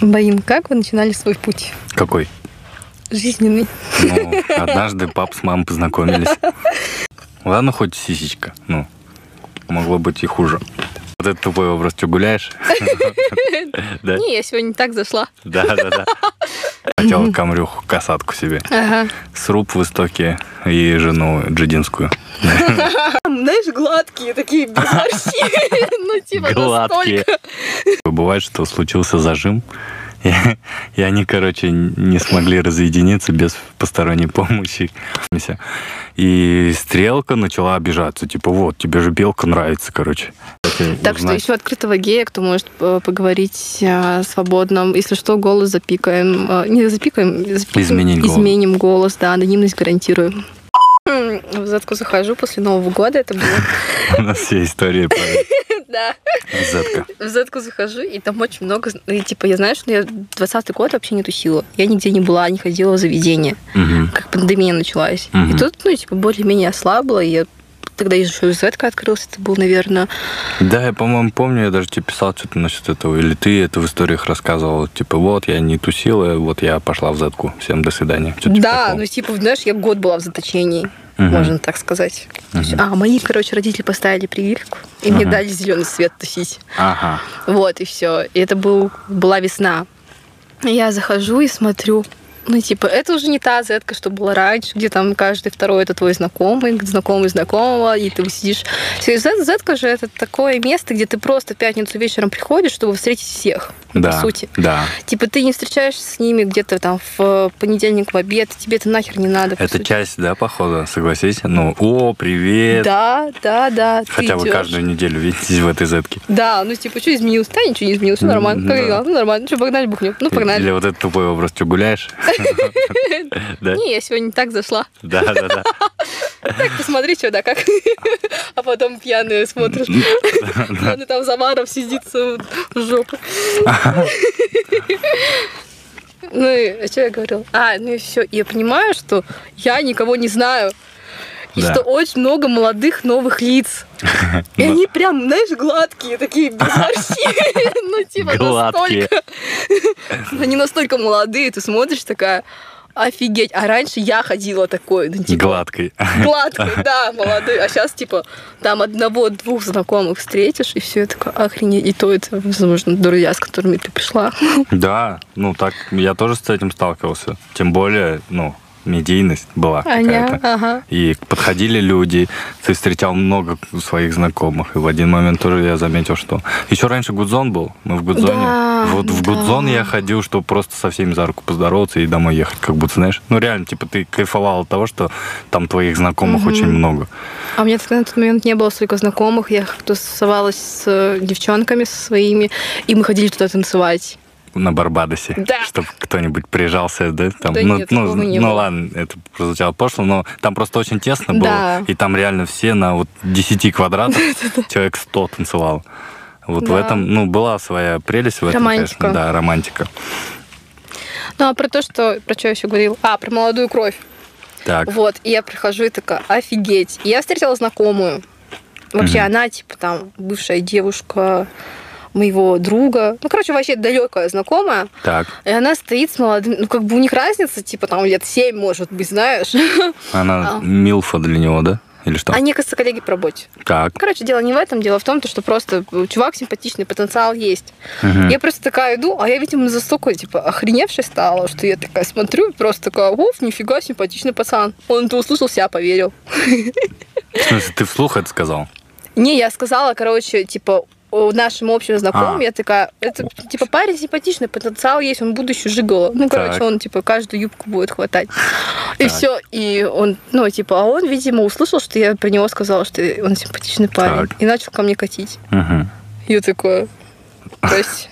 Баин, как вы начинали свой путь Какой? жизненный? Ну, однажды пап с мамой познакомились. Ладно, хоть сисечка. Ну, могло быть и хуже. Вот это тупой образ, что гуляешь? Да, Не, я сегодня так зашла. да, да. да. Хотел камрюху, касатку себе. Ага. Сруб в истоке и жену джидинскую. Знаешь, гладкие такие, без морщин. Ну, типа, Гладкие. настолько. Бывает, что случился зажим, и, и они, короче, не смогли разъединиться без посторонней помощи. И стрелка начала обижаться. Типа, вот, тебе же белка нравится, короче. Так что Узнать. еще открытого гея, кто может э, поговорить э, свободно. Если что, голос запикаем. Э, Не запикаем, запикаем, Изменить голос. изменим голос, да, анонимность гарантирую. М, В задку захожу после Нового года, это было. У нас все истории про Да. Зетка. В задку захожу, и там очень много... И, типа, я знаю, что я 20 год вообще не тусила. Я нигде не была, не ходила в заведение. Мгм. как пандемия началась. Мгм. И тут, ну, типа, более-менее ослабла, и я тогда еще и Зетка открылась, это был, наверное... Да, я, по-моему, помню, я даже тебе писал что-то насчет этого. Или ты это в историях рассказывал. Типа, вот, я не тусила, вот я пошла в Зетку. Всем до свидания. Что-то типа да, такого. ну, типа, знаешь, я год была в заточении, Мгм. можно так сказать. То есть, А, мои, короче, родители поставили прививку, и мне Ага. дали зеленый свет тусить. Ага. Вот, и все. И это был, была весна. И Я захожу и смотрю. Ну, типа, это уже не та зетка, что была раньше, где там каждый второй это твой знакомый, где знакомый знакомого, и ты сидишь. Всё, и Зет- Зетка же это такое место, где ты просто в пятницу вечером приходишь, чтобы встретить всех, ну, да. по сути. Да. Типа, ты не встречаешься с ними где-то там в э, понедельник в обед, тебе это нахер не надо. по Это сути. часть, да, похода, согласись? Ну, о, привет! Да, да, да. ты Хотя вы идёшь. каждую неделю видитесь в этой зетке. Да, ну типа, что изменилось? Да, ничего не изменилось, все М, нормально. Как да. дела? Ну, нормально. Ну, что, погнали, бухнем. Ну, погнали. Или вот этот тупой образ, что гуляешь? Да, Не, я сегодня так зашла. да, да. да. Так, посмотри, что да, как. А потом пьяную смотришь. Пьяный там за баром сидит с жопу. Ну, и, а что я говорила? А, ну и все. Я понимаю, что я никого не знаю. И Да. Ну. что очень много молодых новых лиц. И они прям, знаешь, гладкие, такие без морщин. Ну, типа, Гладкие. настолько... Они настолько молодые, ты смотришь такая, офигеть. А раньше я ходила такой, ну, типа, Гладкой. Гладкий, да, молодой. А сейчас, типа, там одного-двух знакомых встретишь, и все это такое охренеть. И то это, возможно, друзья, с которыми ты пришла. Да, ну так, я тоже с этим сталкивался. Тем более, ну, медийность была Аня, какая-то. ага. И подходили люди, ты встречал много своих знакомых. И в один момент тоже я заметил, что... Еще раньше Гудзон был, мы в Гудзоне. Да, вот в да. Гудзон я ходил, чтобы просто со всеми за руку поздороваться и домой ехать, как будто, знаешь. Ну реально, типа ты кайфовал от того, что там твоих знакомых очень много. А у меня тогда на тот момент не было столько знакомых. Я тусовалась с э, девчонками со своими, и мы ходили туда танцевать. На Барбадосе, Да. чтобы кто-нибудь прижался, да? Там, Да ну, нет, ну, такого не ну было. ладно, это прозвучало пошло, но там просто очень тесно Да. было, и там реально все на вот 10 квадратах человек 100 танцевал. Вот в Да. этом, ну, была своя прелесть в этом, конечно. Романтика. Да, романтика. Ну, а про то, что... Про что я еще говорила? А, про молодую кровь. Так, Вот, и я прихожу и такая, офигеть. И я встретила знакомую. Вообще, Мгм. она, типа, там, бывшая девушка моего друга. Ну, короче, вообще далекая знакомая. так. И она стоит с молодым... Ну, как бы у них разница, типа, там, лет 7, может быть, знаешь. Она А. Милфа для него, да? Или что? Они, кажется, коллеги по работе. Ну, Так. Короче, дело не в этом, дело в том, то, что просто э, чувак симпатичный, потенциал есть. Мгм. Я просто такая иду, а я, видимо, застолько, типа, охреневшая стала, что я такая смотрю, и просто такая, уф, нифига, симпатичный пацан. Он это услышал, себя поверил. В смысле, ты вслух это сказал? Не, я сказала, короче, типа, о, нашим общим знакомым, А. я такая, это, типа, парень симпатичный, потенциал есть, он будущий жигало. Ну, короче, Так. он, типа, каждую юбку будет хватать. И Так. все, и он, ну, типа, а он, видимо, услышал, что я про него сказала, что он симпатичный парень, Так. и начал ко мне катить. Мгм. Я такое, то есть...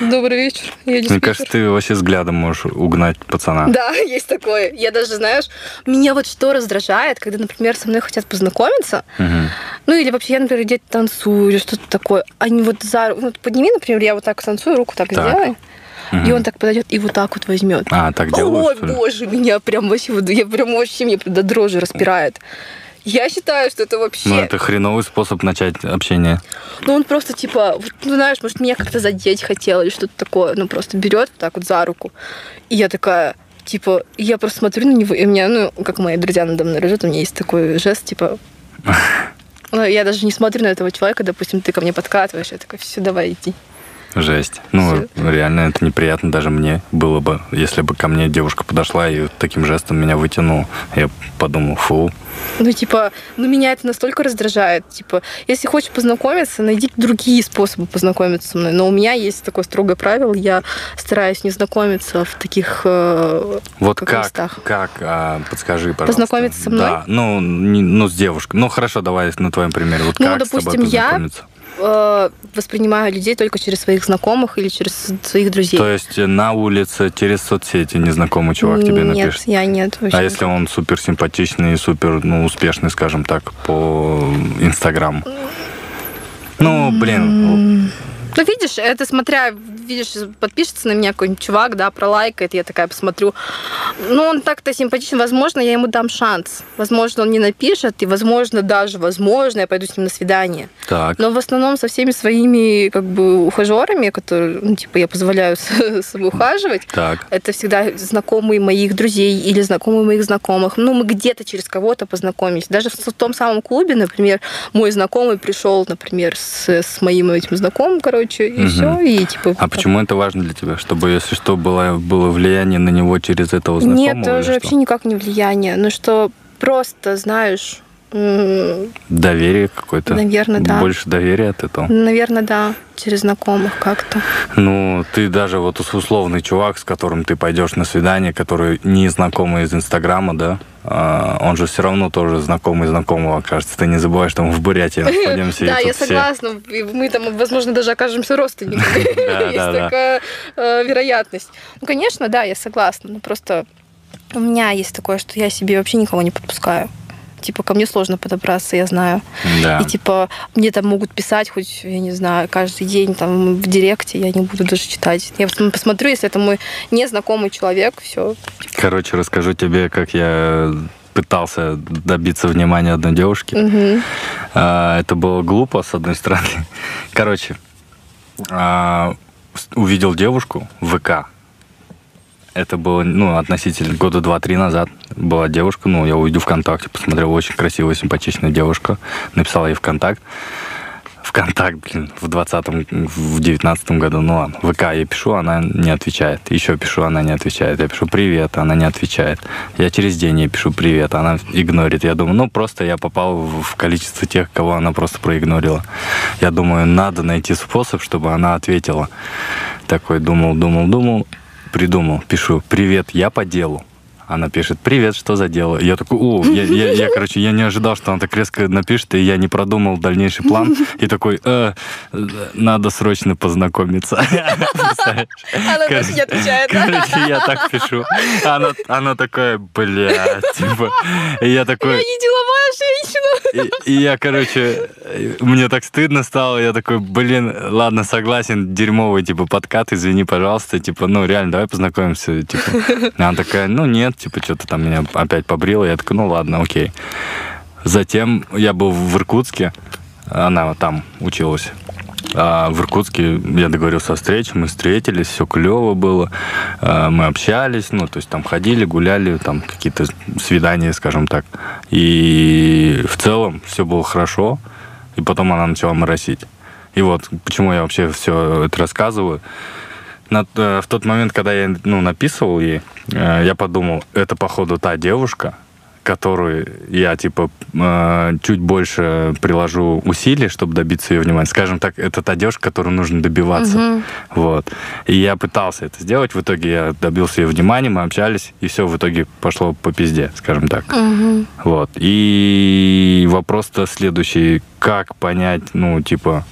Добрый вечер, я Мне диспетчер. кажется, ты вообще взглядом можешь угнать пацана. Да, есть такое. Я даже, знаешь, меня вот что раздражает, когда, например, со мной хотят познакомиться, Мгм. Ну или вообще я, например, где-то танцую или что-то такое. Они вот за ру- ну, вот подними, например, я вот так танцую, руку так, Так. сделай. Мгм. И он так подойдет и вот так вот возьмет. А, так Ой, делают, что ли? боже, меня прям вообще, вот- я прям вообще, мне до дрожи распирает. Я считаю, что это вообще... Ну, это хреновый способ начать общение. Ну, он просто типа, вот, ну, знаешь, может, меня как-то задеть хотел или что-то такое. Ну, просто берет вот так вот за руку. И я такая, типа, я просто смотрю на него, и у меня, ну, как мои друзья надо мной ржут, у меня есть такой жест, типа... Ну, я даже не смотрю на этого человека, допустим, ты ко мне подкатываешь, я такая, все, давай, иди. Жесть. Ну, реально, это неприятно даже мне было бы, если бы ко мне девушка подошла и вот таким жестом меня вытянула. Я подумал, фу. Ну, типа, ну, меня это настолько раздражает. Типа, если хочешь познакомиться, найди другие способы познакомиться со мной. Но у меня есть такое строгое правило, я стараюсь не знакомиться в таких э, Вот как как, местах. как а, подскажи, пожалуйста. Познакомиться со мной? Да, ну, не- ну, с девушкой. Ну, хорошо, давай на твоем примере. Вот Ну, как с тобой допустим, я познакомиться? э, воспринимаю людей только через своих знакомых или через своих друзей. То есть э, на улице через соцсети незнакомый чувак тебе нет, напишет? я нет. вообще. А если он супер симпатичный и супер, ну, успешный, скажем так, по Инстаграму? Ну, блин, Ну, видишь, это смотря, видишь, подпишется на меня какой-нибудь чувак, да, пролайкает, я такая посмотрю. Ну, он так-то симпатичен, возможно, я ему дам шанс. Возможно, он не напишет, и, возможно, даже, возможно, я пойду с ним на свидание. так. Но в основном со всеми своими, как бы, ухажерами, которые, ну, типа, я позволяю с собой ухаживать, Так. это всегда знакомые моих друзей или знакомые моих знакомых. Ну, мы где-то через кого-то познакомились. Даже в том самом клубе, например, мой знакомый пришел, например, с, с моим этим знакомым, короче, и Мгм. все. И типа. А почему это важно для тебя? Чтобы, если что, было, было влияние на него через этого знакомого? Нет, тоже или что? вообще никак не влияние. Ну что, просто знаешь, м, Доверие какое-то? наверное, да. Больше доверия от этого? Наверное, да, через знакомых как-то. Ну, ты даже вот ус- условный чувак, с которым ты пойдешь на свидание, который не знакомый из Инстаграма, да? а, он же все равно тоже знакомый знакомого окажется. Ты не забывай, что мы в Бурятии находимся. и да, тут я все- согласна. И мы там, возможно, даже окажемся родственниками. Да, Есть да, да. такая э, вероятность. Ну, конечно, да, я согласна. Но просто у меня есть такое, что я себе вообще никого не подпускаю. Типа, ко мне сложно подобраться, я знаю. Да. И типа, мне там могут писать хоть, я не знаю, каждый день там в директе, я не буду даже читать. Я потом посмотрю, если это мой незнакомый человек, все. Короче, расскажу тебе, как я пытался добиться внимания одной девушки. А, Это было глупо, с одной стороны. Короче, а, с- увидел девушку в ВК. Это было, ну, относительно года два-три назад была девушка. Ну, я увидел ВКонтакте, посмотрел, очень красивая, симпатичная девушка. Написал ей ВКонтакт. ВКонтакт, блин, в 20 в 19 году, ну ладно. ВК я пишу, она не отвечает. Еще пишу, она не отвечает. Я пишу «Привет», она не отвечает. Я через день ей пишу «Привет», она игнорит. Я думаю, ну просто я попал в в количество тех, кого она просто проигнорила. Я думаю, надо найти способ, чтобы она ответила. Такой думал, думал, думал, придумал. Пишу «Привет, я по делу». Она пишет, привет, что за дело? Я такой, о, я, я- я, короче, я не ожидал, что она так резко напишет, и я не продумал дальнейший план. И такой, «Э, э, надо срочно познакомиться. Представляешь? Она Кор- даже не отвечает. Короче, я так пишу. Она, она такая, блядь, типа. И я Я такой, не деловая женщина. и, и я, короче, э, мне так стыдно стало, я такой, блин, ладно, согласен, дерьмовый, типа, подкат, извини, пожалуйста, типа, ну, реально, давай познакомимся, типа. Она такая, ну, нет, типа, что-то там меня опять побрила, я такой, ну, ладно, окей. Затем я был в Иркутске, она вот там училась. А в Иркутске я договорился о встрече, мы встретились, все клево было, А, мы общались, ну, то есть там ходили, гуляли, там какие-то свидания, скажем так. И в целом все было хорошо, и потом она начала моросить. И вот почему я вообще все это рассказываю. На- э, в тот момент, когда я ну, написывал ей, э, я подумал, это, походу, та девушка, которую я, типа, э, чуть больше приложу усилий, чтобы добиться ее внимания. Скажем так, это та девушка, которую нужно добиваться. Мгм. Вот. И я пытался это сделать. В итоге я добился ее внимания, мы общались, и все в итоге пошло по пизде, скажем так. Мгм. Вот. И вопрос-то следующий. Как понять, ну, типа,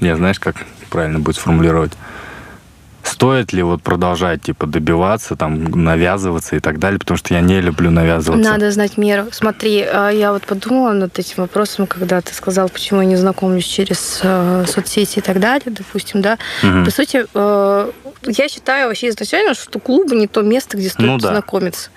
не знаешь, как правильно будет сформулировать? Стоит ли вот продолжать, типа, добиваться, там, навязываться и так далее, потому что я не люблю навязываться. Надо знать меру. Смотри, а, я вот подумала над этим вопросом, когда ты сказал, почему я не знакомлюсь через э, соцсети и так далее, допустим, да. Мгм. По сути, э, я считаю вообще изначально, что клубы не то место, где стоит Ну да. знакомиться.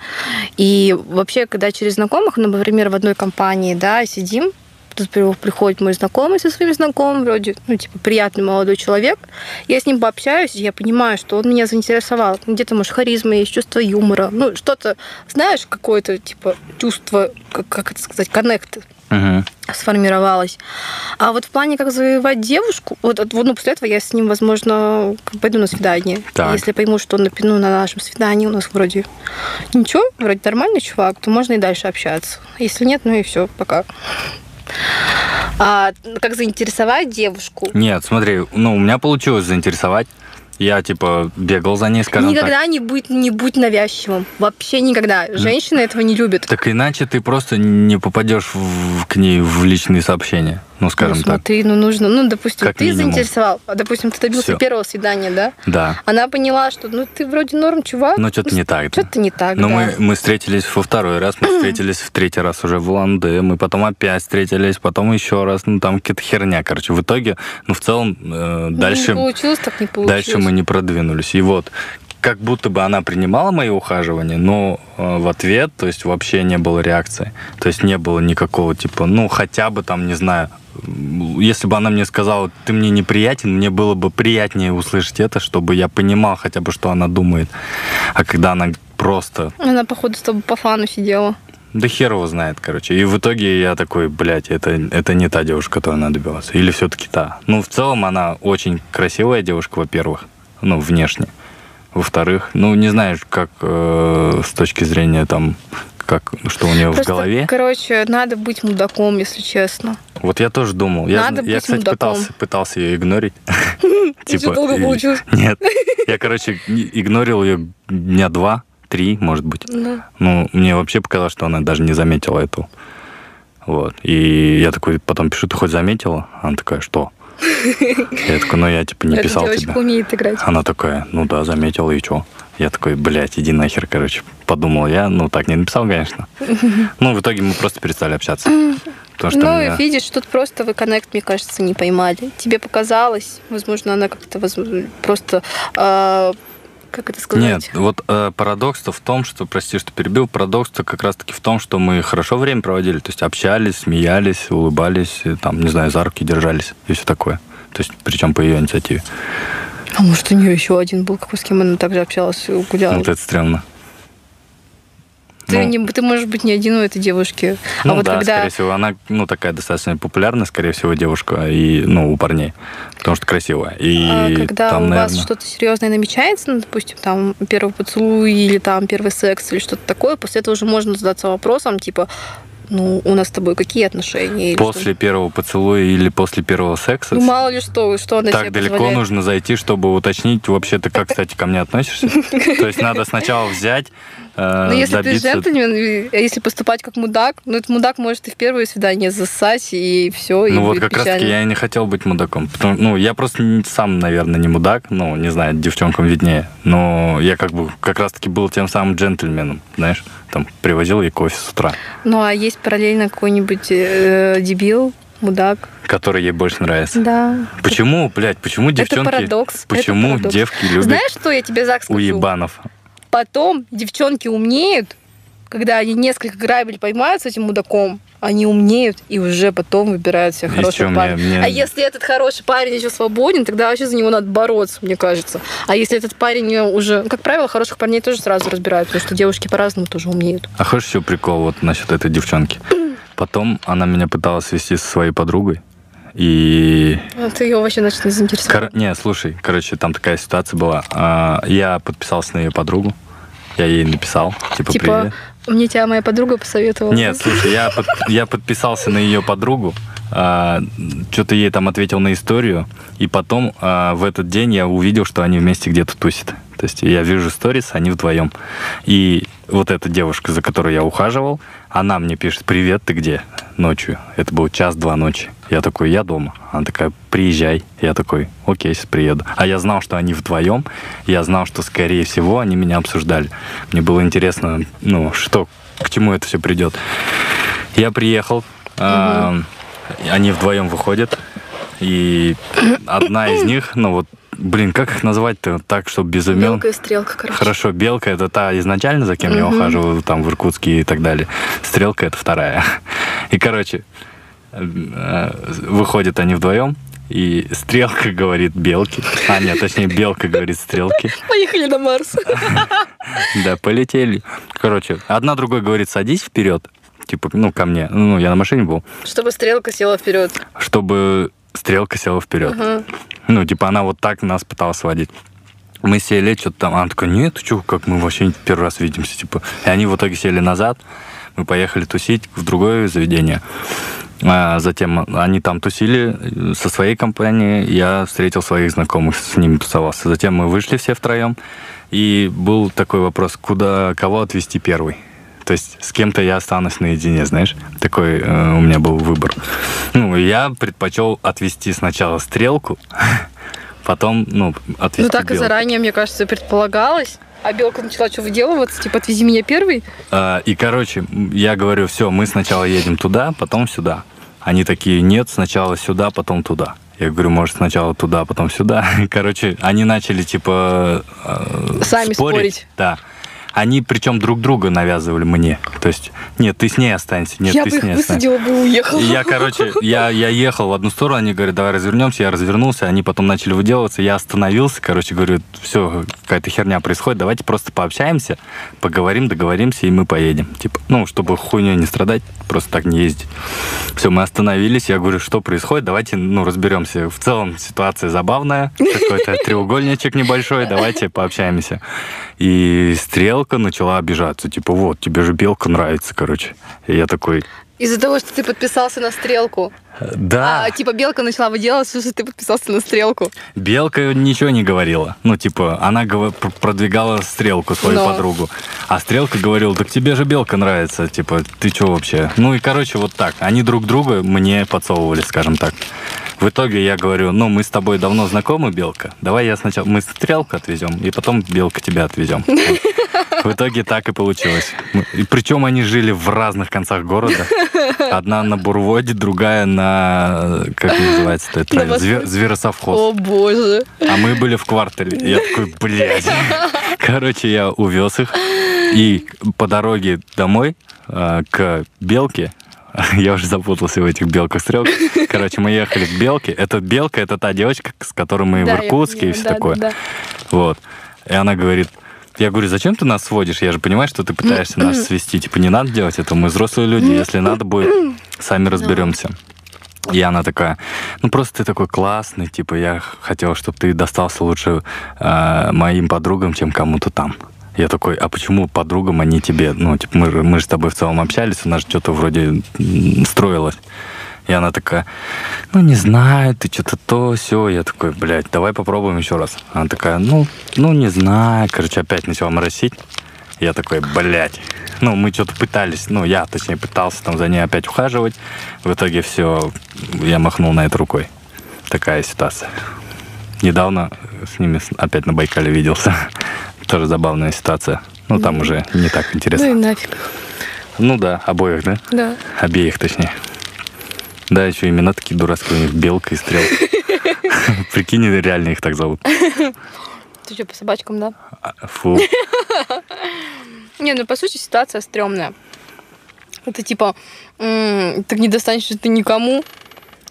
И вообще, когда через знакомых, ну, например, в одной компании, да, сидим, тут при- приходит мой знакомый со своим знакомым, вроде, ну, типа, приятный молодой человек. Я с ним пообщаюсь, и я понимаю, что он меня заинтересовал. Где-то, может, харизма есть, чувство юмора. Ну, что-то, знаешь, какое-то, типа, чувство, как, как это сказать, коннект Мгм. сформировалась. А вот в плане, как завоевать девушку, вот, от- вот, ну, после этого я с ним, возможно, как пойду на свидание. Так. Если пойму, что он на- ну, на нашем свидании у нас вроде ничего, вроде нормальный чувак, то можно и дальше общаться. Если нет, ну и все, пока. А как заинтересовать девушку? Нет, смотри, ну, у меня получилось заинтересовать. Я, типа, бегал за ней, скажем так. никогда не будь, не будь навязчивым. Вообще никогда. Женщины этого не любят. Так иначе ты просто не попадешь в- к ней в личные сообщения, ну, скажем ну, так. смотри, ну нужно, ну, допустим, Как ты минимум. заинтересовал, а, допустим, ты добился Всё. первого свидания, да? Да. Она поняла, что ну ты вроде норм, чувак. Но что-то не так. да. Что-то не так, да. Но Ну, Ну, мы, мы встретились во второй раз, мы встретились в третий раз уже в Улан-Удэ, мы потом опять встретились, потом еще раз, ну там какая-то херня, короче. В итоге, ну в целом, э, Ну, дальше, Не получилось, так не получилось. дальше мы не продвинулись. И вот, как будто бы она принимала мои ухаживания, но э, в ответ, то есть вообще не было реакции. То есть не было никакого типа, ну хотя бы там, не знаю, м, если бы она мне сказала, ты мне неприятен, мне было бы приятнее услышать это, чтобы я понимал хотя бы, что она думает. А когда она просто Она, походу, с тобой по фану сидела. да хер его знает, короче. И в итоге я такой, блядь, это, это не та девушка, которая она добивалась. Или все-таки та. Ну, в целом, она очень красивая девушка, во-первых. Ну, внешне. Во-вторых, ну, не знаешь, как э, с точки зрения там, как, что у нее в Просто, голове. Короче, надо быть мудаком, если честно. Вот я тоже думал. Я, Надо я быть кстати, мудаком. пытался, пытался ее игнорить. И что, долго Типа и- получилось? Нет. Я, короче, и- игнорил ее дня два, три, может быть. Ну, Ну, мне вообще показалось, что она даже не заметила этого. Вот. И я такой потом пишу, ты хоть заметила? Она такая, что? Я такой, ну я типа не эта писал девочка тебе. умеет играть. Она такая, ну да, заметила, и чё? Я такой, блядь, иди нахер, короче. Подумал я, ну так не написал, конечно. Ну, в итоге мы просто перестали общаться. Потому что ну, у меня- видишь, тут просто вы коннект, мне кажется, не поймали. Тебе показалось, возможно, она как-то возможно, просто... а, как это сказать? Нет, вот э, парадокс-то в том, что, прости, что перебил, парадокс-то как раз-таки в том, что мы хорошо время проводили, то есть общались, смеялись, улыбались, и там, не знаю, за руки держались и все такое. То есть, причем по ее инициативе. А может, у нее еще один был, какой, с кем она также общалась, гуляла. Вот это стрёмно. ты, ну, не- ты можешь быть не один у этой девушки. ну а вот да, когда скорее всего, она, ну, такая достаточно популярная, скорее всего, девушка, и, ну, у парней, потому что красивая. И А когда там, у вас наверное, что-то серьезное намечается, ну, допустим, там первый поцелуй или там первый секс или что-то такое, после этого уже можно задаться вопросом, типа, ну, у нас с тобой какие отношения? Или после первого поцелуя или после первого что? секса Ну, мало ли что, что она себе Так далеко позволяет. нужно зайти, чтобы уточнить, вообще ты как, кстати, ко мне относишься? То есть надо сначала взять, э, Ну, если ты добиться. джентльмен, и- а если поступать как мудак, ну, этот мудак может и в первое свидание засать, и все, и Ну вот будет как раз таки печально. я и не хотел быть мудаком. Потому- ну, я просто не- сам, наверное, не мудак, ну, не знаю, девчонкам виднее. Но я как бы как раз таки был тем самым джентльменом, знаешь, там привозил ей кофе с утра, Ну, а есть параллельно какой-нибудь э, дебил, мудак, который ей больше нравится. да. Почему, блядь, почему девчонки... парадокс, это Почему парадокс. девки любят Знаешь, что я тебе, Зак, скажу? уебанов? Потом девчонки умнеют, когда они несколько грабель поймают с этим мудаком, они умнеют и уже потом выбирают себе И хорошего чё, мне- парня. мне- А если этот хороший парень еще свободен, тогда вообще за него надо бороться, мне кажется. А если этот парень уже... ну, Как правило, хороших парней тоже сразу разбирают, потому что девушки по-разному тоже умеют. А хочешь еще прикол вот насчет этой девчонки? Потом она меня пыталась вести со своей подругой. И... А ты ее вообще, значит, не заинтересовал. кор- Не, слушай, короче, там такая ситуация была. А, Я подписался на ее подругу. Я ей написал, типа, Типа, привет. мне тебя моя подруга посоветовала. Нет, слушай, я, под- я подписался на ее подругу, что-то ей там ответил на историю, и потом а, в этот день я увидел, что они вместе где-то тусят. То есть я вижу сторис, они вдвоем. И вот эта девушка, за которой я ухаживал, она мне пишет, привет, ты где? Ночью. Это был час-два ночи. Я такой, я дома. Она такая, приезжай. Я такой, окей, сейчас приеду. А я знал, что они вдвоем. Я знал, что, скорее всего, они меня обсуждали. Мне было интересно, ну, что, к чему это все придет. Я приехал, а, они вдвоем выходят, и одна из них, ну вот Блин, как их назвать-то так, чтобы без имен? Мелкая стрелка, короче. Хорошо, белка это та изначально, за кем я Мгм. ухаживал, там в Иркутске и так далее. Стрелка это вторая. И, короче, э, э, выходят они вдвоем, и стрелка говорит белке. А, нет, точнее, белка говорит стрелке. Поехали на Марс. Да, полетели. Короче, одна другой говорит, садись вперед. Типа, ну, ко мне. Ну, я на машине был. Чтобы стрелка села вперед. Чтобы стрелка села вперед. Ага. Ну, типа, она вот так нас пыталась водить. Мы сели, что-то там, она такая, нет, что, как мы вообще первый раз видимся, типа. И они в итоге сели назад, мы поехали тусить в другое заведение. А затем они там тусили э, со своей компанией, я встретил своих знакомых, с ними тусовался. Затем мы вышли все втроем, и был такой вопрос, куда, кого отвезти первый? То есть с кем-то я останусь наедине, знаешь? Такой э, у меня был выбор. Ну, и я предпочел отвести сначала стрелку, потом, ну, отвести Ну так и белку. заранее, мне кажется, предполагалось. А белка начала что выделываться, типа отвези меня первый. А, И, короче, м, я говорю, все, мы сначала едем туда, потом сюда. Они такие, нет, сначала сюда, потом туда. Я говорю, может, сначала туда, потом сюда. Короче, они начали, типа... э, Сами спорить. Да. Они причем друг друга навязывали мне. То есть, нет, ты с ней останься, нет, я ты бы с их ней останься. высадила бы и уехала. И Я, короче, я, я ехал в одну сторону, они говорят, давай развернемся, я развернулся, они потом начали выделываться, я остановился, короче, говорю, все, какая-то херня происходит, давайте просто пообщаемся, поговорим, договоримся, и мы поедем. Типа, ну, чтобы хуйней не страдать, просто так не ездить. Все, мы остановились, я говорю, что происходит, давайте, ну, разберемся. В целом ситуация забавная, какой-то треугольничек небольшой, давайте пообщаемся. И стрелка начала обижаться, типа, вот, тебе же белка нравится, короче. И я такой, Из-за того, что ты подписался на стрелку. да. А, типа белка начала выделываться, что ты подписался на стрелку. Белка ничего не говорила. Ну, типа, она гов- пр- продвигала стрелку, свою Но. подругу. А стрелка говорила, так тебе же белка нравится. Типа, ты чё вообще? Ну и, короче, вот так. Они друг друга мне подсовывали, скажем так. В итоге я говорю, ну, мы с тобой давно знакомы, Белка. Давай я сначала... Мы стрелку отвезем, и потом Белка тебя отвезем. В итоге так и получилось. Мы- И причем они жили в разных концах города. Одна на Бурводе, другая на... Как называется-то? это? На Москве. Зве- Зверосовхоз. О боже. А мы были в квартале. Я такой, блядь. Короче, я увез их. И по дороге домой э, к Белке, я уже запутался в этих белках стрелках. Короче, мы ехали к Белке. Это Белка, это та девочка, с которой мы Да, в я Иркутске Ну, и поняла, все да, такое. да, да. Вот. И она говорит, я говорю, зачем ты нас сводишь? Я же понимаю, что ты пытаешься нас свести. Типа, не надо делать это, мы взрослые люди. Если надо будет, Ну. сами разберемся. И она такая, ну просто ты такой классный, типа я х- хотела, чтобы ты достался лучше э, моим подругам, чем кому-то там. Я такой, а почему подругам, а не тебе? Ну, типа, мы, же- мы же с тобой в целом общались, у нас что-то вроде м, строилось. И она такая, ну не знаю, ты что-то то, все. Я такой, блядь, давай попробуем еще раз. Она такая, ну, ну не знаю. Короче, опять начала моросить. Я такой, блядь. Ну, мы что-то пытались, ну, я, точнее, пытался там за ней опять ухаживать. В итоге все, я махнул на это рукой. Такая ситуация. Недавно с ними с- опять на Байкале виделся. Тоже забавная ситуация. Ну, там уже не так Ну и интересно. нафиг. Ну да, обоих, да? Да. Обеих, точнее. Да, еще имена такие дурацкие у них. Белка и стрелка. Прикинь, реально их так зовут. Ты что, по собачкам, да? А, Фу. Не, ну по сути ситуация стрёмная. Это типа, м, так не достанешься ты никому,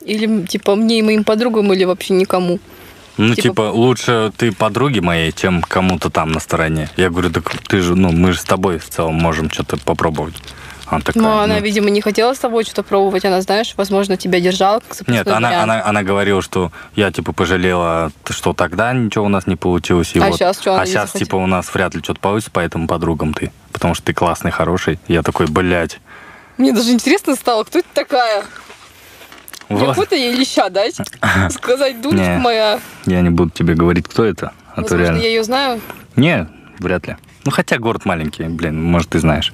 или м, типа мне и моим подругам, или вообще никому. Ну, Типа- типа, лучше ты подруге моей, чем кому-то там на стороне. Я говорю, так ты же, ну, мы же с тобой в целом можем что-то попробовать. Она такая, Но она, «Ну». видимо, не хотела с тобой что-то пробовать, она, знаешь, возможно, тебя держала как запасной Нет, она, вариант. она, она говорила, что я, типа, пожалела, что тогда ничего у нас не получилось. И А вот. щас чё она А не сейчас, захотела? типа, у нас вряд ли что-то получится, поэтому подругам ты. Потому что ты классный, хороший. Я такой, блядь. Мне даже интересно стало, кто это такая? Вот. Якута ей леща дать? Сказать, дудочка Не. моя. Я не буду тебе говорить, кто это. А то Возможно, реально. я ее знаю. Не, вряд ли. Ну, хотя город маленький, блин, может, ты знаешь.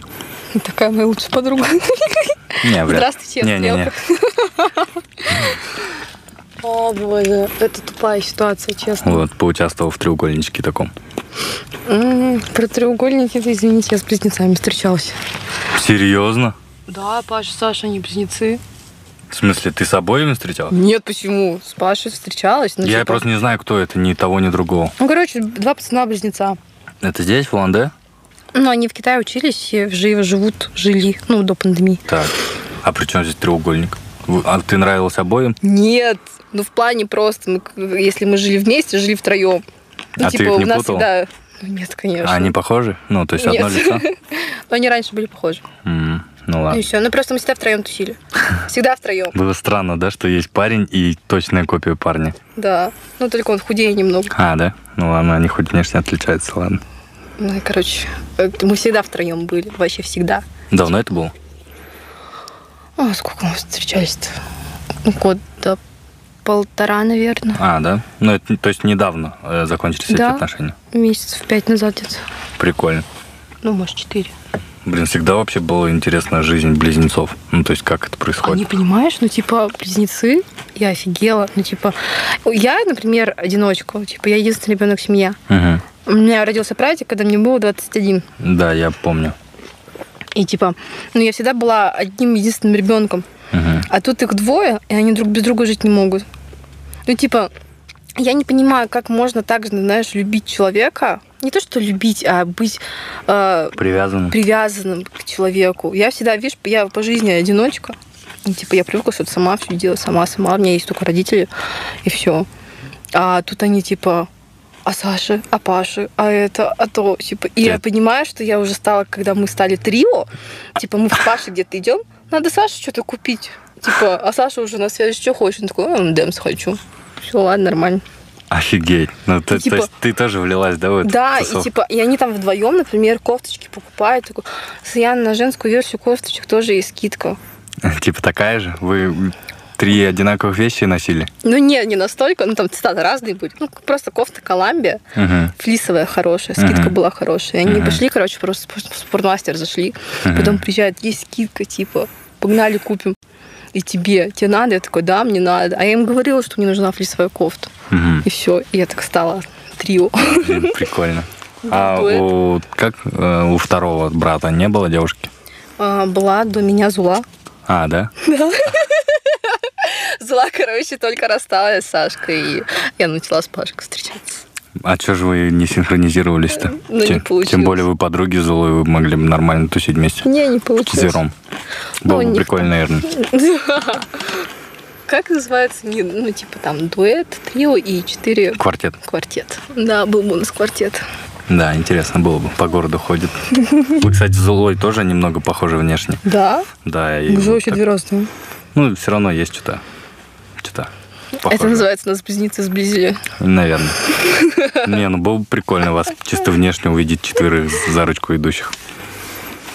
Такая моя лучшая подруга. Не, вряд ли. Здравствуйте, не, не, не. Стрелка. О, боже, это тупая ситуация, честно. Вот, поучаствовал в треугольничке таком. М, Про треугольники, это, извините, я с близнецами встречалась. Серьезно? Да, Паша, Саша, они близнецы. В смысле, ты с обоими встречалась? Нет, почему? С Пашей встречалась. ну, я типа. просто не знаю, кто это, ни того, ни другого. Ну, короче, два пацана-близнеца. Это здесь, в Улан-Удэ? Ну, они в Китае учились, и в Жи- живут, жили, ну, до пандемии. Так. А при чем здесь треугольник? Вы- А ты нравилась обоим? Нет, ну, в плане просто, ну, к- если мы жили вместе, жили втроем. Ну, А ты их не у нас путала? всегда... Ну, нет, конечно. А они похожи? Ну, то есть одно Нет. лицо? Но они раньше были похожи. М, Ну Ну, ладно. и все. Ну, просто мы всегда втроем тусили. Всегда втроем, Было странно, да, что есть парень и точная копия парня. да. Ну, только он худее немного. А, да? Ну ладно, они хоть внешне отличаются, ладно. Ну, и, короче, э, мы всегда втроем были, вообще всегда. Давно это было? А, сколько мы встречались-то? Года полтора, наверное. А, да? Ну, это, то есть недавно э, закончились эти Да. отношения. Месяцев пять назад где-то. Прикольно. Ну, может, четыре. Блин, всегда вообще была интересна жизнь близнецов. Ну, то есть как это А не происходит. понимаешь, ну, типа, близнецы, я офигела. Ну, типа, я, например, одиночка. Типа, я единственный ребенок семья. Мгм. У меня родился прадик, когда мне было 21. Да, я помню. И типа, ну я всегда была одним единственным ребенком. Мгм. А тут их двое, и они друг без друга жить не могут. Ну, типа, я не понимаю, как можно так же, знаешь, любить человека. Не то, что любить, а быть э, Привязаны. привязанным к человеку. Я всегда, видишь, я по жизни одиночка. И, типа, я привыкла что-то сама все делать, сама-сама. У меня есть только родители, и все. А тут они, типа, а Саши, а Паши, а это, а то, типа. И я Нет. понимаю, что я уже стала, когда мы стали трио, типа, мы в Паше где-то идем, надо Саше что-то купить. Типа, а Саша уже на связи, что хочешь? Он такой, «М, Дэмс хочу. Все, ладно, нормально. Офигеть. Ну, ты- типа- то есть ты тоже влилась, да, в эту Да, и тусовку? типа, и они там вдвоем, например, кофточки покупают. Такой, Саян, на женскую версию кофточек тоже есть скидка. Типа такая же? Вы три одинаковых вещи носили? Ну, не, не настолько, ну, там цитаты разные были. Ну, просто кофта Коламбия, Мгм. флисовая хорошая, скидка Мгм. была хорошая. И они Мгм. пошли, короче, просто в спортмастер зашли. Мгм. Потом приезжают, есть скидка, типа, погнали купим. И тебе, тебе надо? Я такой, да, мне надо. А я им говорила, что мне нужна флисовая кофта. Мгм. И все, и я так стала трио. Блин, Прикольно. Да, А дуэт. у, как э, у второго брата не было девушки? А, Была до меня Зула. А, да? Зла, короче, только рассталась с Сашкой, и я начала с Пашкой встречаться. А чё же вы не синхронизировались-то? Ну, не Те- тем, получилось. более вы подруги Зулы, вы могли бы нормально тусить вместе. Не, не получилось. Зером. Ну, Было бы не прикольно, наверное. Как называется? Не, ну, типа там дуэт, трио и четыре Квартет. квартет. Да, был бы у нас квартет. Да, интересно было бы. По городу ходит. Вы, кстати, с Зулой тоже немного похожи внешне. Да? Да, и Мы же вот вообще так. две разные. Ну, все равно есть что-то. Что-то. Это похожее. называется «Нас близнецы сблизили». Наверное. Не, ну было бы прикольно вас чисто внешне увидеть четверых за ручку идущих.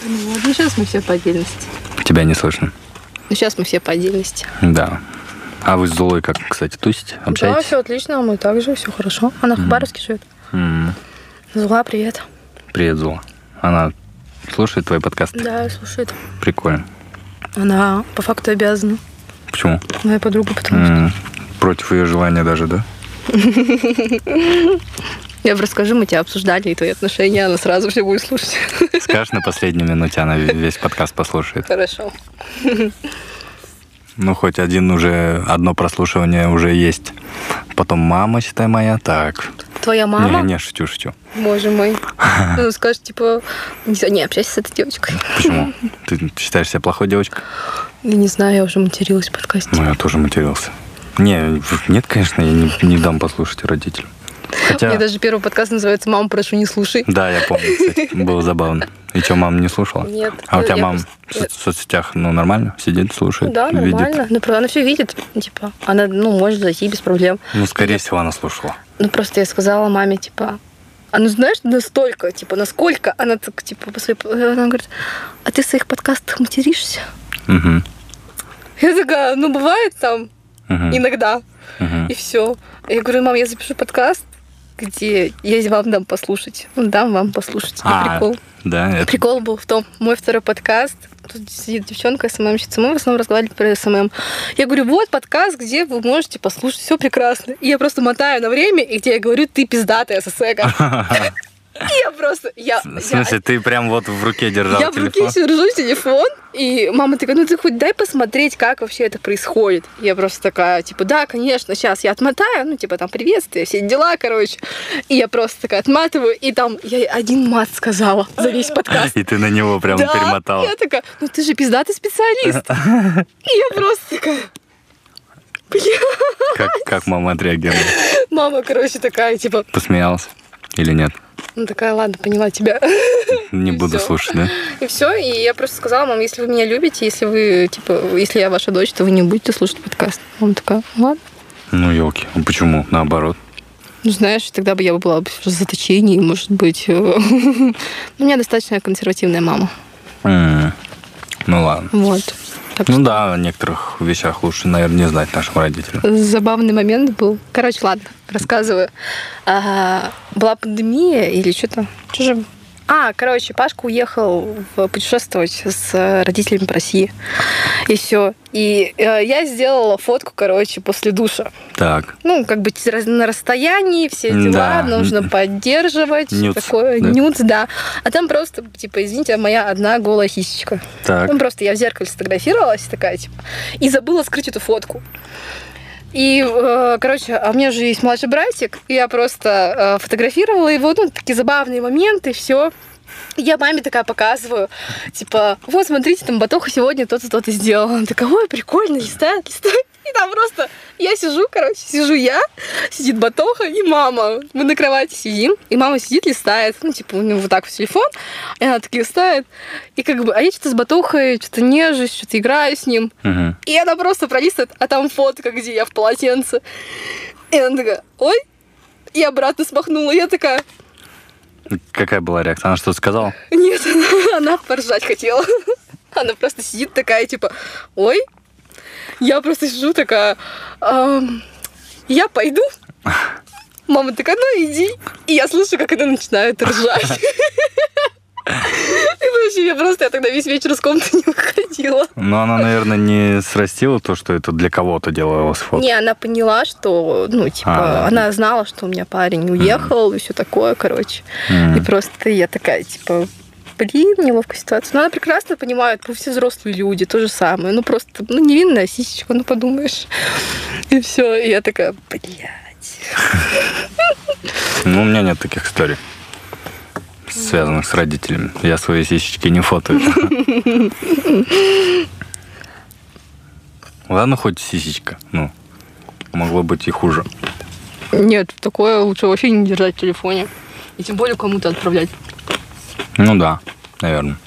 Ну ладно, сейчас мы все по отдельности. Тебя не слышно. Ну, сейчас мы все по отдельности. Да. А вы с Зулой как, кстати, тусите? Да, Общаетесь? все отлично, а мы также, все хорошо. Она в Хабаровске живет. М, Зла, привет. Привет, Зула. Она слушает твой подкаст? Да, слушает. Прикольно. Она по факту обязана. Почему? Моя подруга, потому что... М, Против ее желания даже, да? Я бы расскажу, мы тебя обсуждали, и твои отношения, она сразу все будет слушать. Скажешь на последней минуте, она ве- весь подкаст послушает. Хорошо. Ну, хоть один уже, одно прослушивание уже есть. Потом мама, считай, моя. Так. Твоя мама? Не, не, шучу, шучу. Боже мой. Ну, скажет, типа, не, не общайся с этой девочкой. Почему? Ты считаешь себя плохой девочкой? Я не знаю, я уже материлась в подкасте. Ну, я тоже матерился. Не, нет, конечно, я не, не дам послушать родителям. У Хотя, меня даже первый подкаст называется «Мама, прошу, не слушай». да, я помню, кстати, было забавно. И что, мама не слушала? Нет. А у Ну, тебя я мама в просто- со- в соцсетях, ну, нормально? Сидит, слушает, Да, видит? нормально. Ну, правда, она все видит. Типа, она, ну, может зайти без проблем. Ну, скорее всего, она слушала. Ну, просто я сказала маме, типа, а ну знаешь, настолько, типа, насколько она так, типа, после... Она говорит, а ты в своих подкастах материшься? Мгм. Я такая, ну, бывает там Мгм. иногда. Мгм. И все. Я говорю, мам, я запишу подкаст, где я вам дам послушать. Ну, дам вам послушать. И А, прикол. Да, это... Прикол был в том, мой второй подкаст, тут сидит девчонка, СММщица, мы в основном разговаривали про СММ. Я говорю, вот подкаст, где вы можете послушать, все прекрасно. И я просто мотаю на время, и где я говорю, ты пиздатая сосека. Я просто... Я, В я смысле, ты прям вот в руке держал Я в руке телефон? держу телефон, и мама такая, ну ты хоть дай посмотреть, как вообще это происходит. Я просто такая, типа, да, конечно, сейчас я отмотаю, ну, типа, там, приветствие, все дела, короче. И я просто такая отматываю, и там я один мат сказала за весь подкаст. И ты на него прям Да, перемотал. я такая, ну ты же пиздатый специалист. И я просто такая, бля. Как, как мама отреагировала? Мама, короче, такая, типа, Посмеялся? Или нет? ну такая, ладно, поняла тебя. Не буду всё. слушать, да? И все, и я просто сказала, мам, если вы меня любите, если вы, типа, если я ваша дочь, то вы не будете слушать подкаст. Мама такая, ладно. Ну, елки. Почему? Наоборот. Ну, знаешь, тогда бы я была бы в заточении, может быть. Ну, У меня достаточно консервативная мама. М, Ну ладно. Вот. Так Ну что да, о некоторых вещах лучше, наверное, не знать нашим родителям. забавный момент был. Короче, ладно, рассказываю. А, была пандемия или что-то? Что же? А, короче, Пашка уехал в- путешествовать с родителями по России. И все. И э, я сделала фотку, короче, после душа. Так. ну, как бы раз- на расстоянии, все Да. дела, нужно поддерживать. Нюц, Такое, да? нюц, да. А там просто, типа, извините, моя одна голая хисечка. Так. Ну, просто я в зеркале сфотографировалась такая, типа, и забыла скрыть эту фотку. И, э, короче, а у меня же есть младший братик, и я просто э, фотографировала его, ну, такие забавные моменты, все. Я маме такая показываю, типа, вот, смотрите, там Батоха сегодня то-то, то-то сделал. Она такая, ой, прикольно, листает, листает. И там просто я сижу, короче, сижу я, сидит Батоха и мама. Мы на кровати сидим, и мама сидит, листает, ну, типа, у него вот так в телефон, и она так листает. И как бы, а я что-то с Батохой, что-то нежусь, что-то играю с ним. Мгм. И она просто пролистывает, а там фотка, где я в полотенце. И она такая, ой, и обратно смахнула. Я такая, Какая была реакция? Она что-то сказала? нет, она поржать хотела. Она просто сидит такая, типа, ой, я просто сижу такая, «Ам, я пойду. Мама такая, ну иди. И я слышу, как она начинает ржать. И вообще, я просто, я тогда весь вечер из комнаты не выходила. Но Ну, она, наверное, не срастила то, что это для кого-то делалось фото. Не, она поняла, что, ну, типа, А. она знала, что у меня парень уехал и все такое, короче. М. И просто я такая, типа, блин, неловкая ситуация. Но она прекрасно понимает, ну, все взрослые люди, то же самое. Ну, просто, ну, невинная сисечка, ну, подумаешь. И все, и я такая, блядь. Ну, у меня нет таких историй, связанных с родителями. Я свои сисечки не фотою. Ладно, хоть сисечка. Ну, могло быть и хуже. Нет, такое лучше вообще не держать в телефоне. И тем более кому-то отправлять. Ну да, наверное.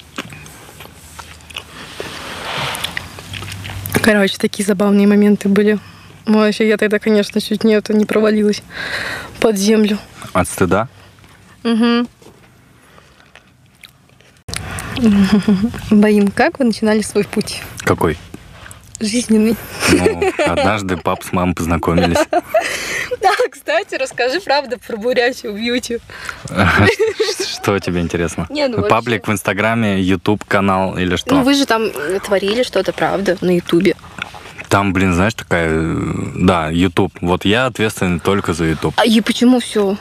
Короче, такие забавные моменты были. Ну, Вообще, я тогда, конечно, чуть не, это, не провалилась под землю. От стыда? Угу. Баин, как вы начинали свой путь Какой? жизненный? Ну, однажды пап с мамой познакомились. Да, кстати, расскажи правду про бурячую бьюти. Что тебе интересно? Не, ну вообще. Паблик в Инстаграме, Ютуб канал или что? Ну вы же там э, творили что-то, правда, на Ютубе. Там, блин, знаешь, такая... э, Да, Ютуб. Вот я ответственен только за Ютуб. А и почему все?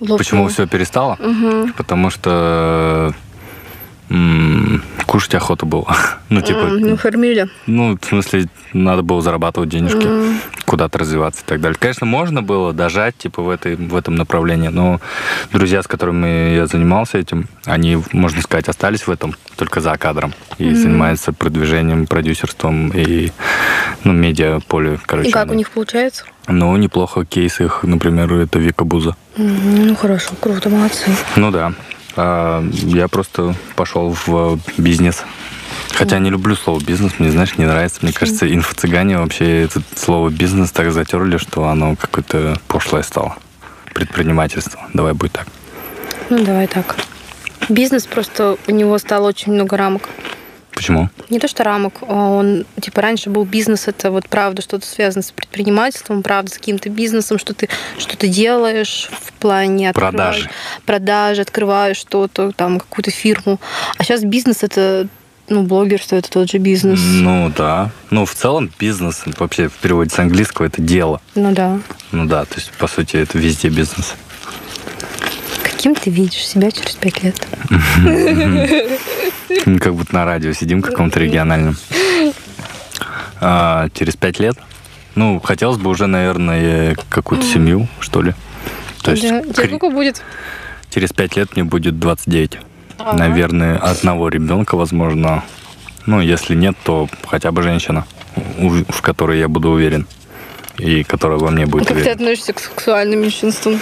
Почему все перестало? Угу. Потому что м, кушать охота было. Ну, ну, типа, фармили. ну, в смысле, надо было зарабатывать денежки, М. куда-то развиваться и так далее. Конечно, можно было дожать, типа, в, этой, в этом направлении, но друзья, с которыми я занимался этим, они, можно сказать, остались в этом только за кадром и Мгм. занимаются продвижением, продюсерством и, ну, медиа поле, короче. И как у оно. них получается? Ну, неплохо кейс их, например, это Вика Буза. М, Ну хорошо, круто, молодцы. Ну да. А, Я просто пошел в бизнес. Хотя не люблю слово бизнес, мне, знаешь, не нравится. Мне кажется, инфо-цыгане вообще это слово бизнес так затерли, что оно какое-то пошлое стало. Предпринимательство. Давай будет так. Ну давай так. Бизнес просто у него стало очень много рамок. Почему? Не то, что рамок, а он, типа, раньше был бизнес, это вот правда что-то связано с предпринимательством, правда, с каким-то бизнесом, что ты что-то делаешь в плане открываешь- Продажи. продажи, открываешь что-то, там, какую-то фирму. А сейчас бизнес это, ну, блогерство, это тот же бизнес. Ну да. Ну, в целом бизнес, вообще в переводе с английского, это дело. Ну да. Ну да, то есть, по сути, это везде бизнес. Каким ты видишь себя через пять лет? Мы как будто на радио сидим каком-то региональном. А, через пять лет. Ну, хотелось бы уже, наверное, какую-то семью, что ли. То есть Да. Тебе кри- сколько будет? через пять лет мне будет 29. Наверное, одного ребенка, возможно. Ну, если нет, то хотя бы женщина, у- в которой я буду уверен. И которая во мне будет Как ты уверена. относишься к сексуальным меньшинствам?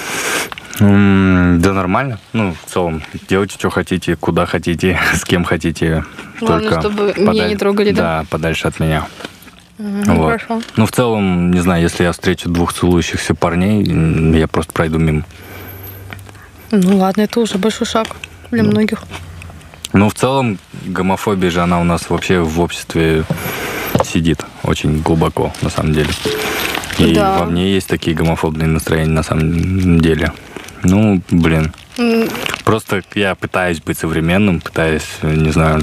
М, Да нормально. Ну, в целом, делайте, что хотите, куда хотите, с кем хотите. Главное, Только чтобы меня не трогали, да? Да, подальше от меня. Ну, Вот. Хорошо. Ну, в целом, не знаю, если я встречу двух целующихся парней, м, я просто пройду мимо. Ну ладно, это уже большой шаг для многих. Ну, в целом, гомофобия же, она у нас вообще в обществе сидит очень глубоко, на самом деле. И Да. во мне есть такие гомофобные настроения, на самом деле. Ну, блин. М, Просто я пытаюсь быть современным, пытаюсь, э, не знаю...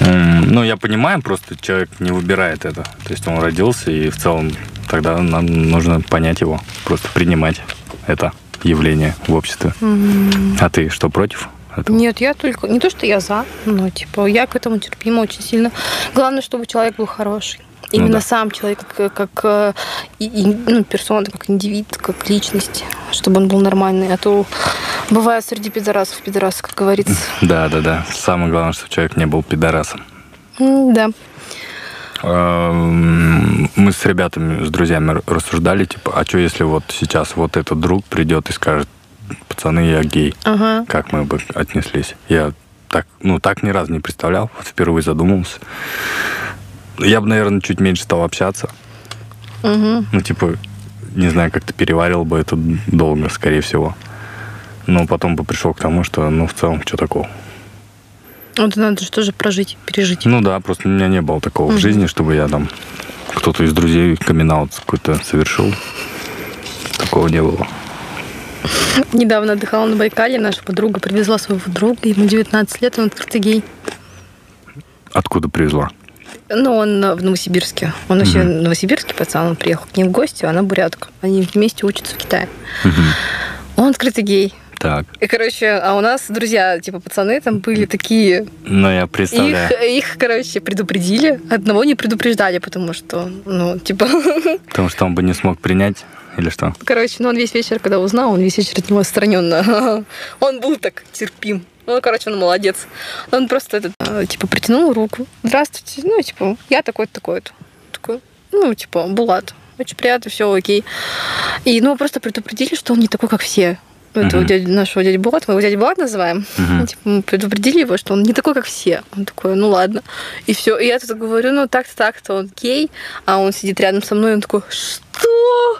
м, Ну, я понимаю, просто человек не выбирает это. То есть он родился, и в целом тогда нам нужно понять его, просто принимать это явление в обществе. А ты что, против этого? Нет, я только... Не то, что я за, но, типа, я к этому терпима очень сильно. Главное, чтобы человек был хороший. Ну Именно да. сам человек, как, как, э, и- и, ну, персона, как индивид, как личность, чтобы он был нормальный. А то бывает среди пидорасов пидорасы, как говорится. Да, да, да. Самое главное, что человек не был пидорасом. М, Да. Эм, Мы с ребятами, с друзьями р- рассуждали, типа, а что если вот сейчас вот этот друг придет и скажет, пацаны, я гей, Ага. как мы бы отнеслись? Я так, ну, так ни разу не представлял, вот впервые задумался. Я бы, наверное, чуть меньше стал общаться. Мгм. Ну, типа, не знаю, как-то переварил бы это долго, скорее всего. Но потом бы пришел к тому, что, ну, в целом, что такого? Вот надо же тоже прожить, пережить. Ну да, просто у меня не было такого в жизни, чтобы я там кто-то из друзей камин какой-то совершил. Такого не было. Недавно отдыхала на Байкале, наша подруга привезла своего друга, ему 19 лет, он открытый гей. Откуда привезла? Ну, он э, в Новосибирске. Он вообще новосибирский пацан, он приехал к ней в гости, она бурятка. Они вместе учатся в Китае. Он открытый гей. Так. И, короче, а у нас друзья, типа, пацаны там были такие. Ну, я Их, представляю. их, короче, предупредили. Одного не предупреждали, потому что, ну, типа, Потому что он бы не смог принять или что? короче, ну, он весь вечер, когда узнал, он весь вечер от него отстраненно. Он был так терпим. Ну, короче, он молодец. Он просто, этот, э, типа, притянул руку. Здравствуйте. Ну, типа, я такой-то, такой-то. Такой, ну, типа, Булат. Очень приятно, все окей. И, ну, просто предупредили, что он не такой, как все. Это Мгм. нашего дядя Булат, мы его дядя Булат называем. Мгм. Типа, мы предупредили его, что он не такой, как все. Он такой, ну ладно. И все. И я тут говорю, ну так-то, так-то, он гей. А он сидит рядом со мной, он такой, что?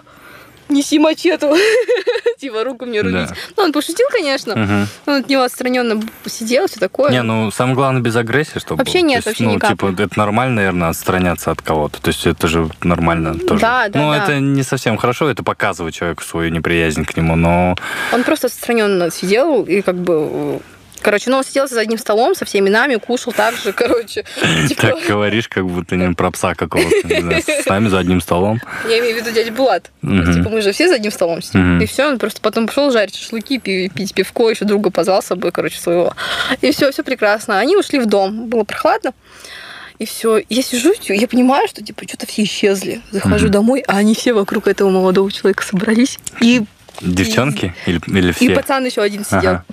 Неси мачету. Типа, руку мне Да. рубить. Ну, он пошутил, конечно. Мгм. Он от него отстраненно сидел, все такое. Не, ну самое главное без агрессии, чтобы. Вообще было. нет, То есть, вообще ни Ну, типа, капли. это нормально, наверное, отстраняться от кого-то. То есть это же нормально тоже. Да, да, Ну, да. это не совсем хорошо, это показывает человеку свою неприязнь к нему, но Он просто отстраненно сидел и как бы... э, Короче, ну он сидел за одним столом со всеми нами, кушал так же, короче. Типа, так говоришь, как будто не про пса какого-то. не знаю, С нами за одним столом. я имею в виду дядя Булат. Мгм. Типа, мы же все за одним столом сидим. Мгм. И все, он просто потом пошел жарить шашлыки, пи- пить пивко, еще друга позвал с собой, короче, своего. И все, все прекрасно. Они ушли в дом, было прохладно. И все, я сижу, и я понимаю, что типа что-то все исчезли. Захожу Мгм. домой, а они все вокруг этого молодого человека собрались. И Девчонки? Или, или все? И пацан еще один сидел. Ага.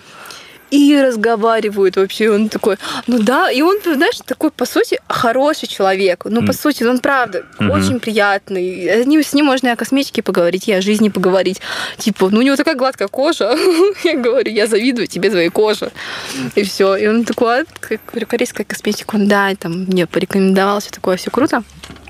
И разговаривают вообще, он такой, ну да, и он, ты знаешь, такой, по сути, хороший человек, ну, по Мгм. сути, он правда Мгм. очень приятный, С ним- с ним можно и о косметике поговорить, и о жизни поговорить, типа, ну, у него такая гладкая кожа, я говорю, я завидую тебе твоей коже, и все, и он такой, «А, как корейская косметика, он, да, и там, мне порекомендовал, все такое, все круто,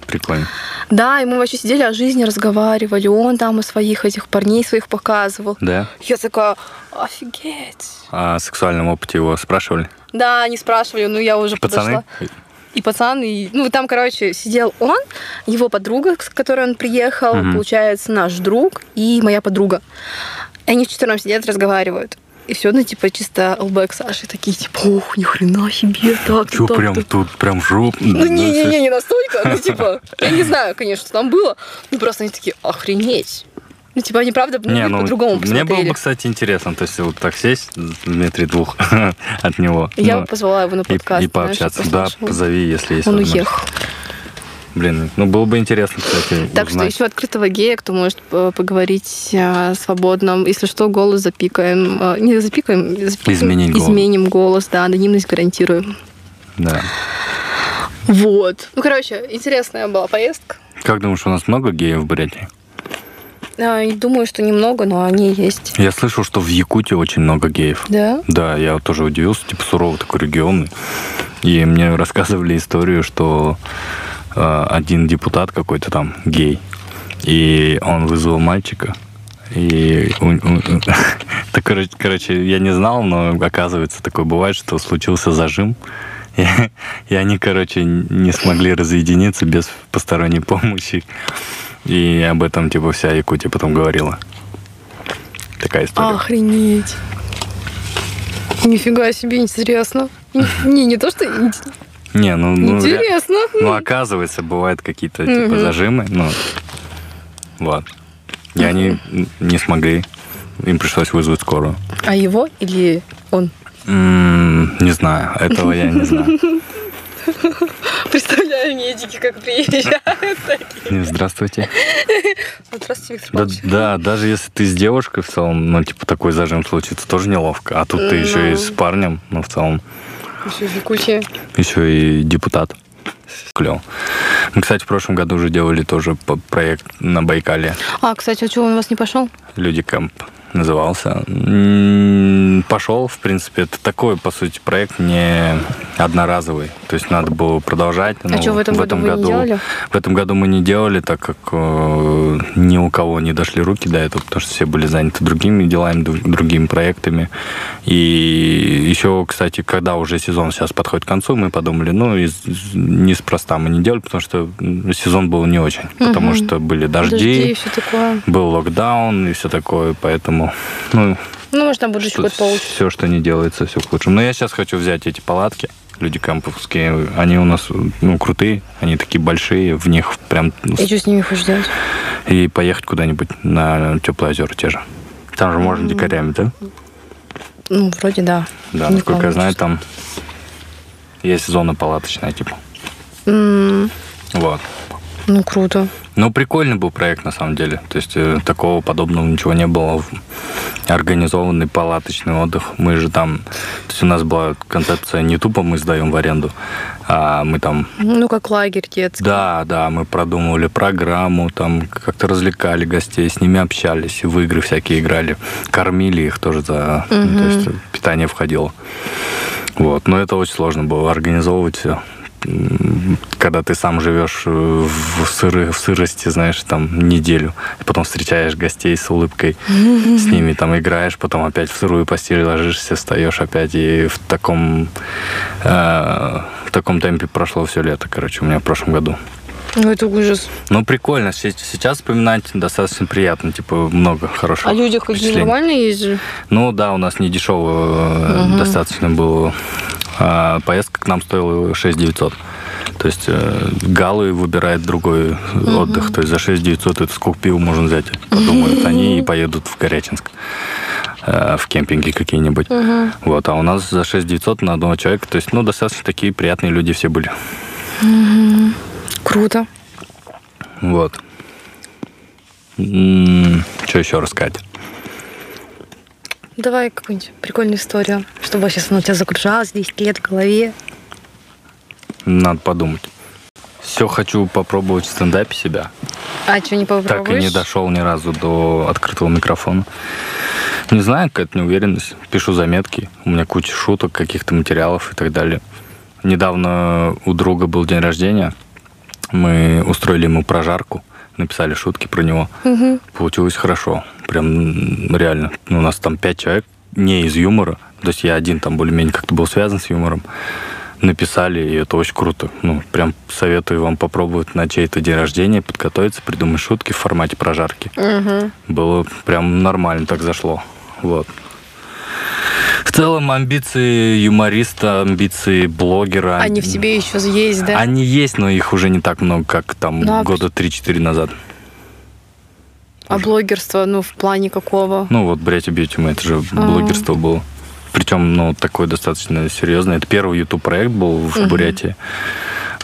Прикольно. да, и мы вообще сидели о жизни, разговаривали, он там о своих этих парней своих показывал, Да? я такая, офигеть. О сексуальном опыте его спрашивали? Да, они спрашивали, ну я уже Пацаны? подошла. И пацан, и... Ну, там, короче, сидел он, его подруга, с которой он приехал, Мгм. получается, наш друг и моя подруга. И они вчетвером сидят, разговаривают. И все, ну, типа, чисто лбэк Саши такие, типа, ух, ни хрена себе, так, Чё, так, прям так». тут, прям в жопу? Ну, не-не-не, не настолько, ну, типа, я не знаю, конечно, что там было, ну, просто они такие, охренеть. Ну, типа, они правда ну, мы по-другому мне посмотрели. было бы, кстати, интересно, то есть вот так сесть в метре двух от него. Я ну, бы позвала его на и, подкаст. и знаешь, пообщаться. Да, послушала. позови, если есть Он возможность. уехал. Блин, ну было бы интересно, кстати, Так что узнать. еще открытого гея, кто может э, поговорить э, свободно. Если что, голос запикаем. Э, Не запикаем, запикаем, Изменить голос. изменим голос, да, анонимность гарантируем. Да. Вот. Ну, короче, интересная была поездка. Как думаешь, у нас много геев в Бурятии? Э, и Думаю, что немного, но они есть. Я слышал, что в Якутии очень много геев. Да? Да, я вот тоже удивился, типа суровый такой регион. И мне рассказывали историю, что э, один депутат какой-то там гей, и он вызвал мальчика. И у- у- так, короче, короче, я не знал, но оказывается, такое бывает, что случился зажим. И, и они, короче, не смогли разъединиться без посторонней помощи. И об этом, типа, вся Якутия потом говорила. Такая история. Охренеть. Нифига себе, интересно. Н- Не, не то, что ин- Не, ну, ну, ре- интересно. Ну, оказывается, бывают какие-то Мгм. типа зажимы, ну, вот. И они не смогли, им пришлось вызвать скорую. А его или он? М, Не знаю, этого я не знаю. Представляю, медики как приезжают. Не, Здравствуйте. Вот здравствуйте, Ну, Виктор Да, Павлович. да, даже если ты с девушкой в целом, ну, типа, такой зажим случится, тоже неловко. А тут ты еще и с парнем, ну, в целом, Еще и Якутия. еще и депутат. Клево. Мы, кстати, в прошлом году уже делали тоже по- проект на Байкале. А, кстати, а что, он у вас не пошел? Люди Кэмп назывался. Пошел, в принципе, это такой, по сути, проект не одноразовый. То есть надо было продолжать. а но что, в этом году вы не делали? В этом году мы не делали, так как э, ни у кого не дошли руки до этого, потому что все были заняты другими делами, дру- другими проектами. И еще, кстати, когда уже сезон сейчас подходит к концу, мы подумали, ну, из- из- неспроста мы не делали, потому что м, сезон был не очень, потому Мгм. что были и все такое. был локдаун и все такое, поэтому ну, Ну, может, на будущий год получится. все, что не делается, все к лучшему. Но я сейчас хочу взять эти палатки, люди камповские, они у нас ну, крутые, они такие большие, в них прям ну, И что с ними хочешь делать? и поехать куда-нибудь на теплые озера те же. Там же можно дикарями, да? Ну, вроде да. Да, Не насколько я знаю, получится. там есть зона палаточная, типа. М, Вот. М-м, Ну, круто. Ну, прикольный был проект, на самом деле. То есть э, такого подобного ничего не было. В- Организованный палаточный отдых. Мы же там... То есть у нас была концепция не тупо мы сдаем в аренду, а мы там... Ну, как лагерь детский. Да, да, мы продумывали программу, там как-то развлекали гостей, с ними общались, и в игры всякие играли. Кормили их тоже за... ну, То есть питание входило. Вот. Но это очень сложно было организовывать все. Когда ты сам живешь э, в, сыры- в сырости, знаешь, там неделю, и потом встречаешь гостей с улыбкой, с ними там играешь, потом опять в сырую постель ложишься, встаешь опять, и в таком, э, в таком темпе прошло все лето, короче, у меня в прошлом году. Ну, это ужас. Ну, прикольно, се- сейчас вспоминать достаточно приятно, типа, много хорошего. А люди какие впечатлений. нормальные есть же? Ну да, у нас не дешевая достаточно была а, поездка, к нам стоила 6 900. То есть э, галы выбирает другой э, отдых. То есть за 6 900 это сколько пива можно взять, подумают они и поедут в Горячинск э, в кемпинги какие-нибудь. Вот, а у нас за 6 900 на одного человека, то есть, ну, достаточно такие приятные люди все были. Круто. Вот. М-м, Что еще рассказать? Давай какую-нибудь прикольную историю, чтобы сейчас она у тебя загружалась 10 лет в голове. Надо подумать. Все хочу попробовать в стендапе себя. А что, не попробуешь? Так и не дошел ни разу до открытого микрофона. Не знаю, какая-то неуверенность. Пишу заметки. У меня куча шуток, каких-то материалов и так далее. Недавно у друга был день рождения. Мы устроили ему прожарку, написали шутки про него. Получилось хорошо. Прям м, реально. Ну, У нас там пять человек не из юмора. То есть я один там более-менее как-то был связан с юмором. Написали, и это очень круто. Ну, прям советую вам попробовать на чей-то день рождения подготовиться, придумать шутки в формате прожарки. Было прям нормально так зашло. Вот. В целом амбиции юмориста, амбиции блогера. Они А в тебе еще есть, да? а Они есть, но их уже не так много, как там Ну, а года 3-4 назад. А блогерство, ну, в плане какого? Ну вот, блядь, убейте мы, это же блогерство было. Причем, ну, такое достаточно серьезное. Это первый YouTube проект был в Мгм. Бурятии,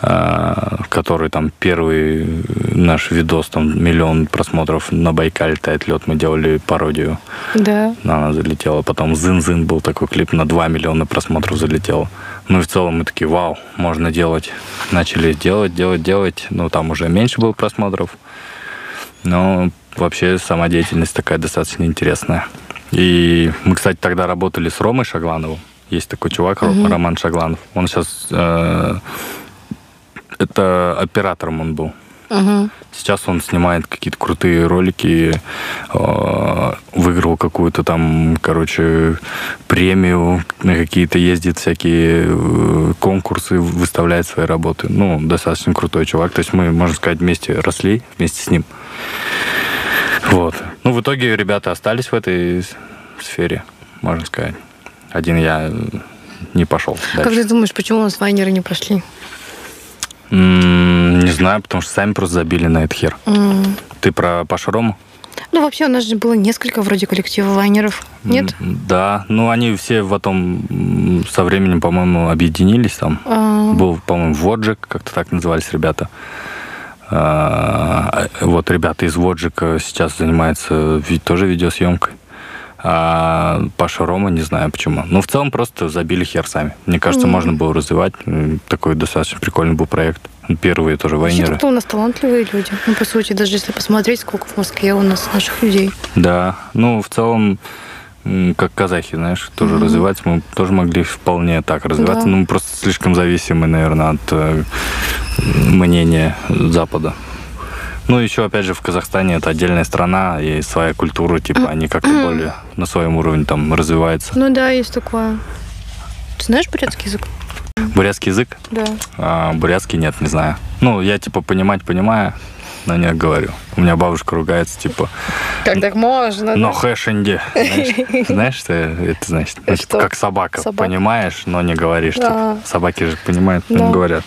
а, который там первый наш видос, там миллион просмотров на Байкале тает лед. Мы делали пародию. Да. Она залетела. Потом Зын-Зын был такой клип на 2 миллиона просмотров залетел. Ну и в целом мы такие, вау, можно делать. Начали делать, делать, делать. Ну там уже меньше было просмотров. Но вообще сама деятельность такая достаточно интересная. И мы, кстати, тогда работали с Ромой Шаглановым. Есть такой чувак, Ро- Роман Шагланов. Он сейчас... это оператором он был. Мгм. Сейчас он снимает какие-то крутые ролики, э, выиграл какую-то там, короче, премию, на какие-то ездит всякие э, конкурсы, выставляет свои работы. Ну, достаточно крутой чувак. То есть мы, можно сказать, вместе росли, вместе с ним. Вот. Ну, в итоге ребята остались в этой с- сфере, можно сказать. Один я э, не пошел. Как А дальше. ты думаешь, почему у нас вайнеры не пошли? М, Не знаю, потому что сами просто забили на этот хер. М. Ты про Пашу Рому? Ну, вообще, у нас же было несколько вроде коллективов лайнеров. Нет? М, Да, ну они все потом м, со временем, по-моему, объединились там. А, Был, по-моему, Воджик, как-то так назывались ребята. А, Вот ребята из Воджика сейчас занимаются ви- тоже видеосъемкой. А Паша Рома, не знаю почему. Ну, в целом, просто забили хер сами. Мне кажется, можно было развивать. М, Такой достаточно прикольный был проект. Первые тоже Вообще, вайнеры. как-то у нас талантливые люди. Ну, по сути, даже если посмотреть, сколько в Москве у нас наших людей. Да, ну в целом, м, как казахи, знаешь, тоже развивать, мы тоже могли вполне так развиваться, Да. но мы просто слишком зависимы, наверное, от э, мнения Запада. Ну, еще, опять же, в Казахстане это отдельная страна и своя культура, типа, они как-то более на своем уровне там развиваются. Ну да, есть такое. Ты знаешь бурятский язык? Бурятский язык? Да. А, бурятский нет, не знаю. Ну, я, типа, понимать понимаю, но не говорю. У меня бабушка ругается, типа, Как так можно? Но хэшенди. Знаешь, знаешь, что это значит? Значит, Что? как собака. Собака. Понимаешь, но не говоришь. типа. А. Собаки же понимают, но Да. не говорят.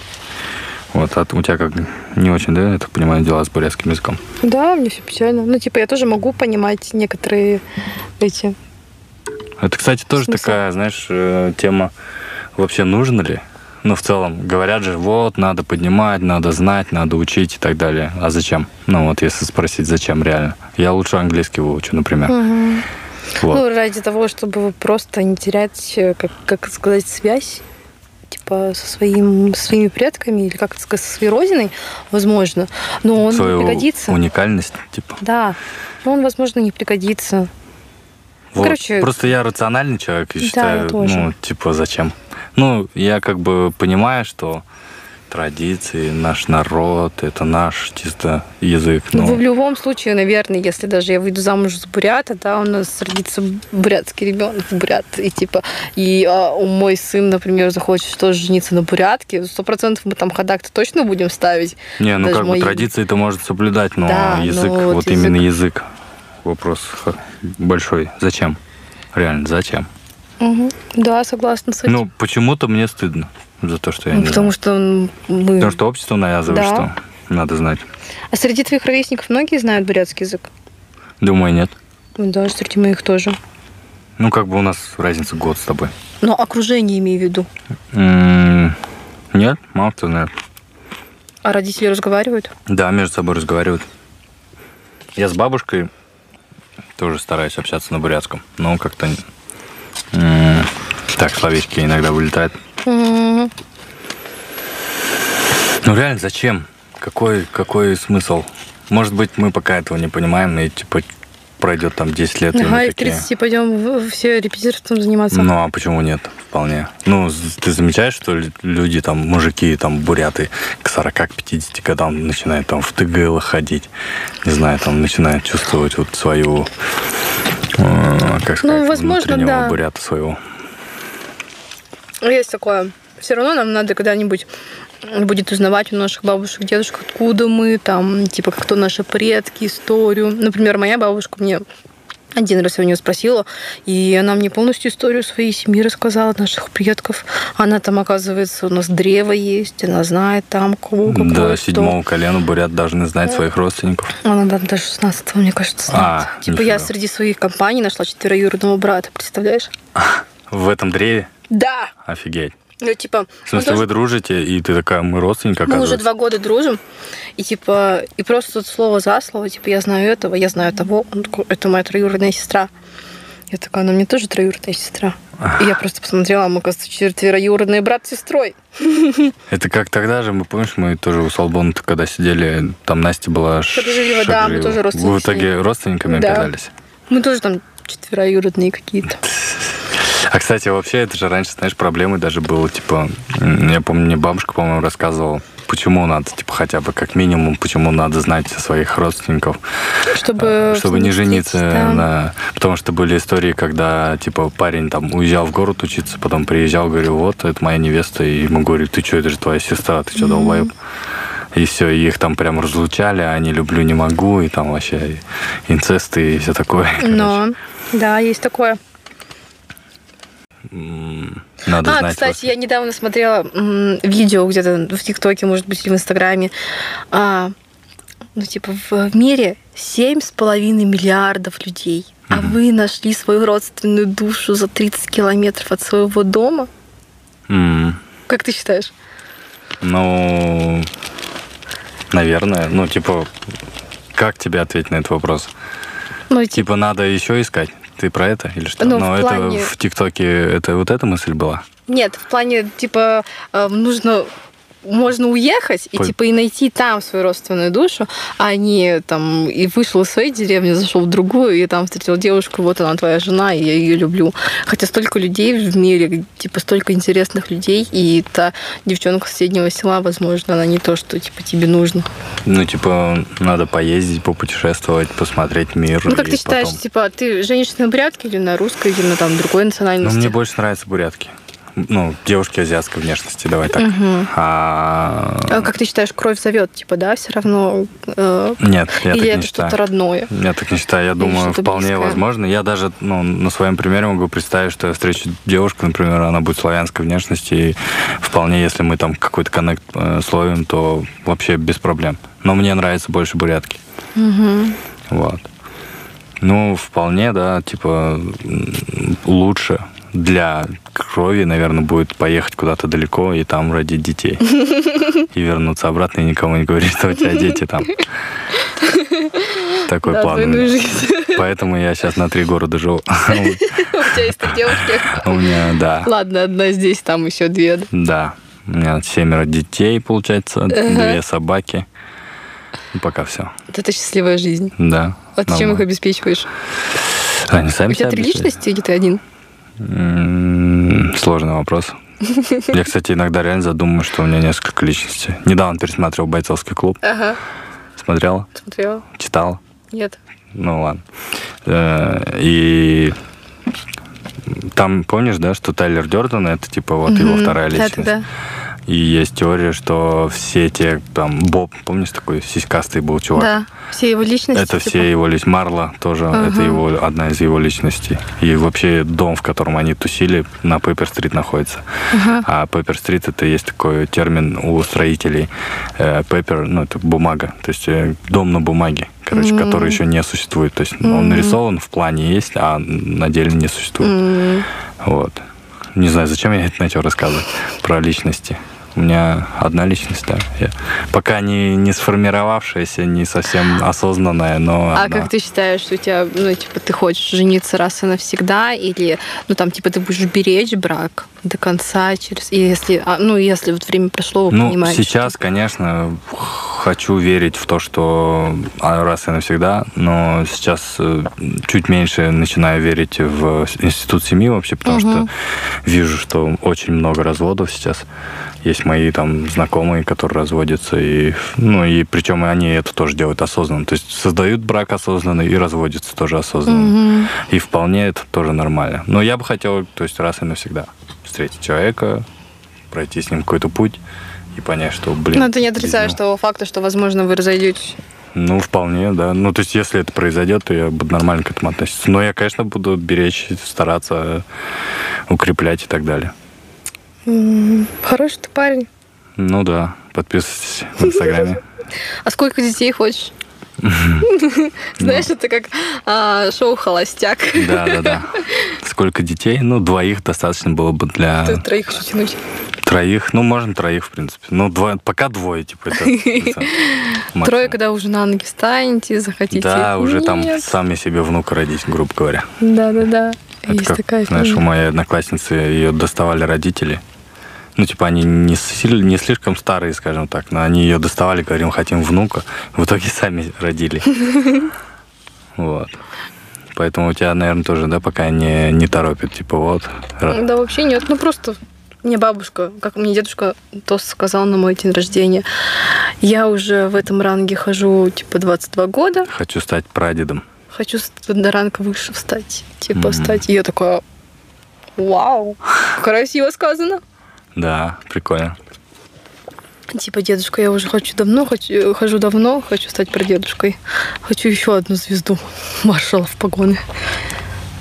Вот, а ты- у тебя как не очень, да, я так понимаю, дела с бурятским языком. Да, мне все печально. Ну, типа, я тоже могу понимать некоторые эти... Это, кстати, тоже смысле? такая, знаешь, э, тема вообще нужно ли? Ну, в целом, говорят же, вот, надо поднимать, надо знать, надо учить и так далее. А зачем? Ну, вот, если спросить, зачем реально? Я лучше английский выучу, например. Хм. Вот. Ну, ради того, чтобы просто не терять, э, как, как сказать, связь типа со своим, со своими предками или как это сказать, со своей родиной, возможно. Но Ну, он Свою не пригодится. уникальность, типа. Да, но он, возможно, не пригодится. Ну, Вот. Короче- Просто я рациональный человек и Да, считаю, я тоже. ну, типа, зачем? Ну, я как бы понимаю, что традиции, наш народ, это наш чисто язык. Ну, Ну, в любом случае, наверное, если даже я выйду замуж за бурята, да, у нас родится бурятский ребенок, бурят, и типа, и а, у мой сын, например, захочет тоже жениться на бурятке, сто процентов мы там ходак-то точно будем ставить. не, ну даже как мои- бы традиции это может соблюдать, но Да, но язык, вот вот, язык. именно язык, вопрос х- большой. Зачем? Реально, зачем? Да, согласна с этим. Ну, почему-то мне стыдно за то, что я не Ну, потому знаю. что м, мы... Потому что общество навязывает, Да. что надо знать. А среди твоих ровесников многие знают бурятский язык? Думаю, нет. Ну, да, среди моих тоже. Ну, как бы у нас разница год с тобой. Но Ну, окружение имею в виду. М, Нет, мало кто знает. А родители разговаривают? Да, между собой разговаривают. Я с бабушкой тоже стараюсь общаться на бурятском, но как-то м, так словечки иногда вылетают. М, Ну реально, зачем? Какой, какой смысл? Может быть, мы пока этого не понимаем, и типа пройдет там 10 лет. и мы Ага, и в такие, 30 пойдем все репетиторством заниматься. Ну а почему нет? Вполне. Ну, з- ты замечаешь, что лю- люди там, мужики, там, буряты к 40-50 годам начинают там в ТГЛ ходить. Не знаю, там начинают чувствовать вот свою, э, как сказать, Ну, возможно, внутреннего да. бурята своего. Ну, Есть такое. Все равно нам надо когда-нибудь будет узнавать у наших бабушек, дедушек, откуда мы, там, типа, кто наши предки, историю. Например, моя бабушка мне Один раз я у нее спросила, и она мне полностью историю своей семьи рассказала, наших предков. Она там, оказывается, у нас древо есть, она знает там кого, какое, До что. седьмого колена бурят должны знать своих родственников. Она там даже 16 мне кажется, знает. А, типа нифига. я среди своих компаний нашла четвероюродного брата, представляешь? В этом древе? Да! Офигеть. Ну, типа, В мы смысле, даже- вы дружите, и ты такая, мы родственники, мы а уже оказывается. два года дружим, и типа, и просто тут слово за слово, типа, я знаю этого, я знаю того, он такой, это моя троюродная сестра. Я такая, она мне тоже троюродная сестра. И я просто посмотрела, мы, оказывается, четвероюродные брат с сестрой. Это как тогда же, мы помнишь, мы тоже у Солбона когда сидели, там Настя была Шагреева, да, мы Шагреева. тоже Вы в родственники. итоге родственниками Да. оказались. Мы тоже там четвероюродные какие-то. А, кстати, вообще, это же раньше, знаешь, проблемы даже было, типа, м, я помню, мне бабушка, по-моему, рассказывала, почему надо, типа, хотя бы как минимум, почему надо знать своих родственников, Чтобы, чтобы не жениться да. на... Потому что были истории, когда, типа, парень там уезжал в город учиться, потом приезжал, говорил, вот, это моя невеста, и ему говорю, ты что, это же твоя сестра, ты что, долбоеб? И все, и их там прям разлучали, а не люблю, не могу, и там вообще и инцесты и все такое. короче. Но, да, есть такое. М, Надо А, знать. кстати, я недавно смотрела м, видео где-то в ТикТоке, может быть, или в Инстаграме. А, ну, типа, в в мире 7,5 миллиардов людей. А вы нашли свою родственную душу за 30 километров от своего дома? М. Как ты считаешь? Ну, наверное. Ну, типа, как тебе ответить на этот вопрос? Ну, типа, Типа, надо еще искать? Ты про это или что? Ну, в Но это плане- в ТикТоке, это вот эта мысль была? нет, в плане, типа, э, нужно можно уехать и По- типа и найти там свою родственную душу, а не там и вышел из своей деревни, зашел в другую и там встретил девушку, вот она твоя жена, и я ее люблю. Хотя столько людей в мире, типа столько интересных людей, и та девчонка с соседнего села, возможно, она не то, что типа тебе нужно. Ну, типа, надо поездить, попутешествовать, посмотреть мир. Ну как и ты считаешь, потом- типа ты женишься на брятке или на русской, или на там другой Ну, национальности? мне больше нравятся бурятки. Ну, девушки азиатской внешности, давай так. Мгм. А... А как ты считаешь, кровь зовет, типа, да, все равно? э, Нет, я или так не это считаю. что-то родное? Я так не считаю. Я думаю, что-то вполне близкое. возможно. Я даже ну, на своем примере могу представить, что я встречу девушку, например, она будет славянской внешности, и вполне, если мы там какой-то коннект э, словим, то вообще без проблем. Но мне нравятся больше бурятки. Вот. Ну, вполне, да, типа м, лучше для крови, наверное, будет поехать куда-то далеко и там родить детей. И вернуться обратно и никому не говорить, что у тебя дети там. Такой Да, план. у меня. двойную жизнь. Поэтому я сейчас на три города живу. У тебя есть три девушки. У меня, да. Ладно, одна здесь, там еще две. да. Да. У меня семеро детей, получается, две собаки. И пока все. Вот Это счастливая жизнь. Да. А ты чем их нормально. обеспечиваешь? Они сами У тебя себя три обеспечивают. личности или ты один? М, М-м-м, Сложный вопрос. Я, кстати, иногда реально задумываю, что у меня несколько личностей. Недавно пересматривал «Бойцовский клуб». Ага, Смотрел, смотрела. читал. Нет. Ну ладно. Э, И там, помнишь, да, что Тайлер Дёрден, это типа вот его вторая личность. Да-да-да. И есть теория, что все те, там, Боб, помнишь, такой сиськастый был чувак? Да, все его личности. Это типа. все его личности. Марла тоже, это его, одна из его личностей. И вообще дом, в котором они тусили, на Пеппер-стрит находится. А Пеппер-стрит это есть такой термин у строителей. Пеппер, ну это бумага, то есть э, дом на бумаге, короче, который еще не существует. То есть он нарисован, в плане есть, а на деле не существует. М, Вот. Не знаю, зачем я это начал рассказывать про личности. У меня одна личность, да. Я- пока не, не сформировавшаяся, не совсем осознанная, но А она- как ты считаешь, у тебя, ну, типа, ты хочешь жениться раз и навсегда, или, ну, там, типа, ты будешь беречь брак до конца, через, и если, а, ну, если вот время прошло, вы Ну, понимаете, сейчас, конечно, хочу верить в то, что а, раз и навсегда, но сейчас э, чуть меньше начинаю верить в институт семьи вообще, потому что вижу, что очень много разводов сейчас. Есть мои там знакомые, которые разводятся, и, ну, и причем и они это тоже делают осознанно. То есть создают брак осознанно и разводятся тоже осознанно. И вполне это тоже нормально. Но я бы хотел, то есть раз и навсегда встретить человека, пройти с ним какой-то путь и понять, что, блин... Ну, ты не без отрицаешь него. того факта, что, возможно, вы разойдетесь. Ну, вполне, да. Ну, то есть, если это произойдет, то я буду нормально к этому относиться. Но я, конечно, буду беречь, стараться э, укреплять и так далее. М, Хороший ты парень. Ну да, подписывайтесь в Инстаграме. А сколько детей хочешь? Знаешь, это как а, шоу «Холостяк». Да, да, да. Сколько детей? Ну, двоих достаточно было бы для Ты троих хочу тянуть. троих. Ну, можно троих, в принципе. Ну, два, пока двое, типа, это- это максимум. Трое, когда уже на ноги станете, захотите. Да, уже там Нет. сами себе внука родить, грубо говоря. Да-да-да. Это Есть как, такая знаешь, у фигня. моей одноклассницы ее доставали родители. Ну, типа, они не, силь- не слишком старые, скажем так, но они ее доставали, говорим, хотим внука. В итоге сами родили. Вот. Поэтому у тебя, наверное, тоже, да, пока не, не торопит, типа, вот. ра- Да вообще нет, ну просто мне бабушка, как мне дедушка тост сказал на мой день рождения, я уже в этом ранге хожу, типа, 22 года, Хочу стать прадедом. хочу с- на ранг выше встать, типа, Мгм. встать. И я такая, вау, красиво сказано. Да, прикольно. Типа, дедушка, я уже хочу давно, хочу, хожу давно, хочу стать прадедушкой. Хочу еще одну звезду маршала в погоны.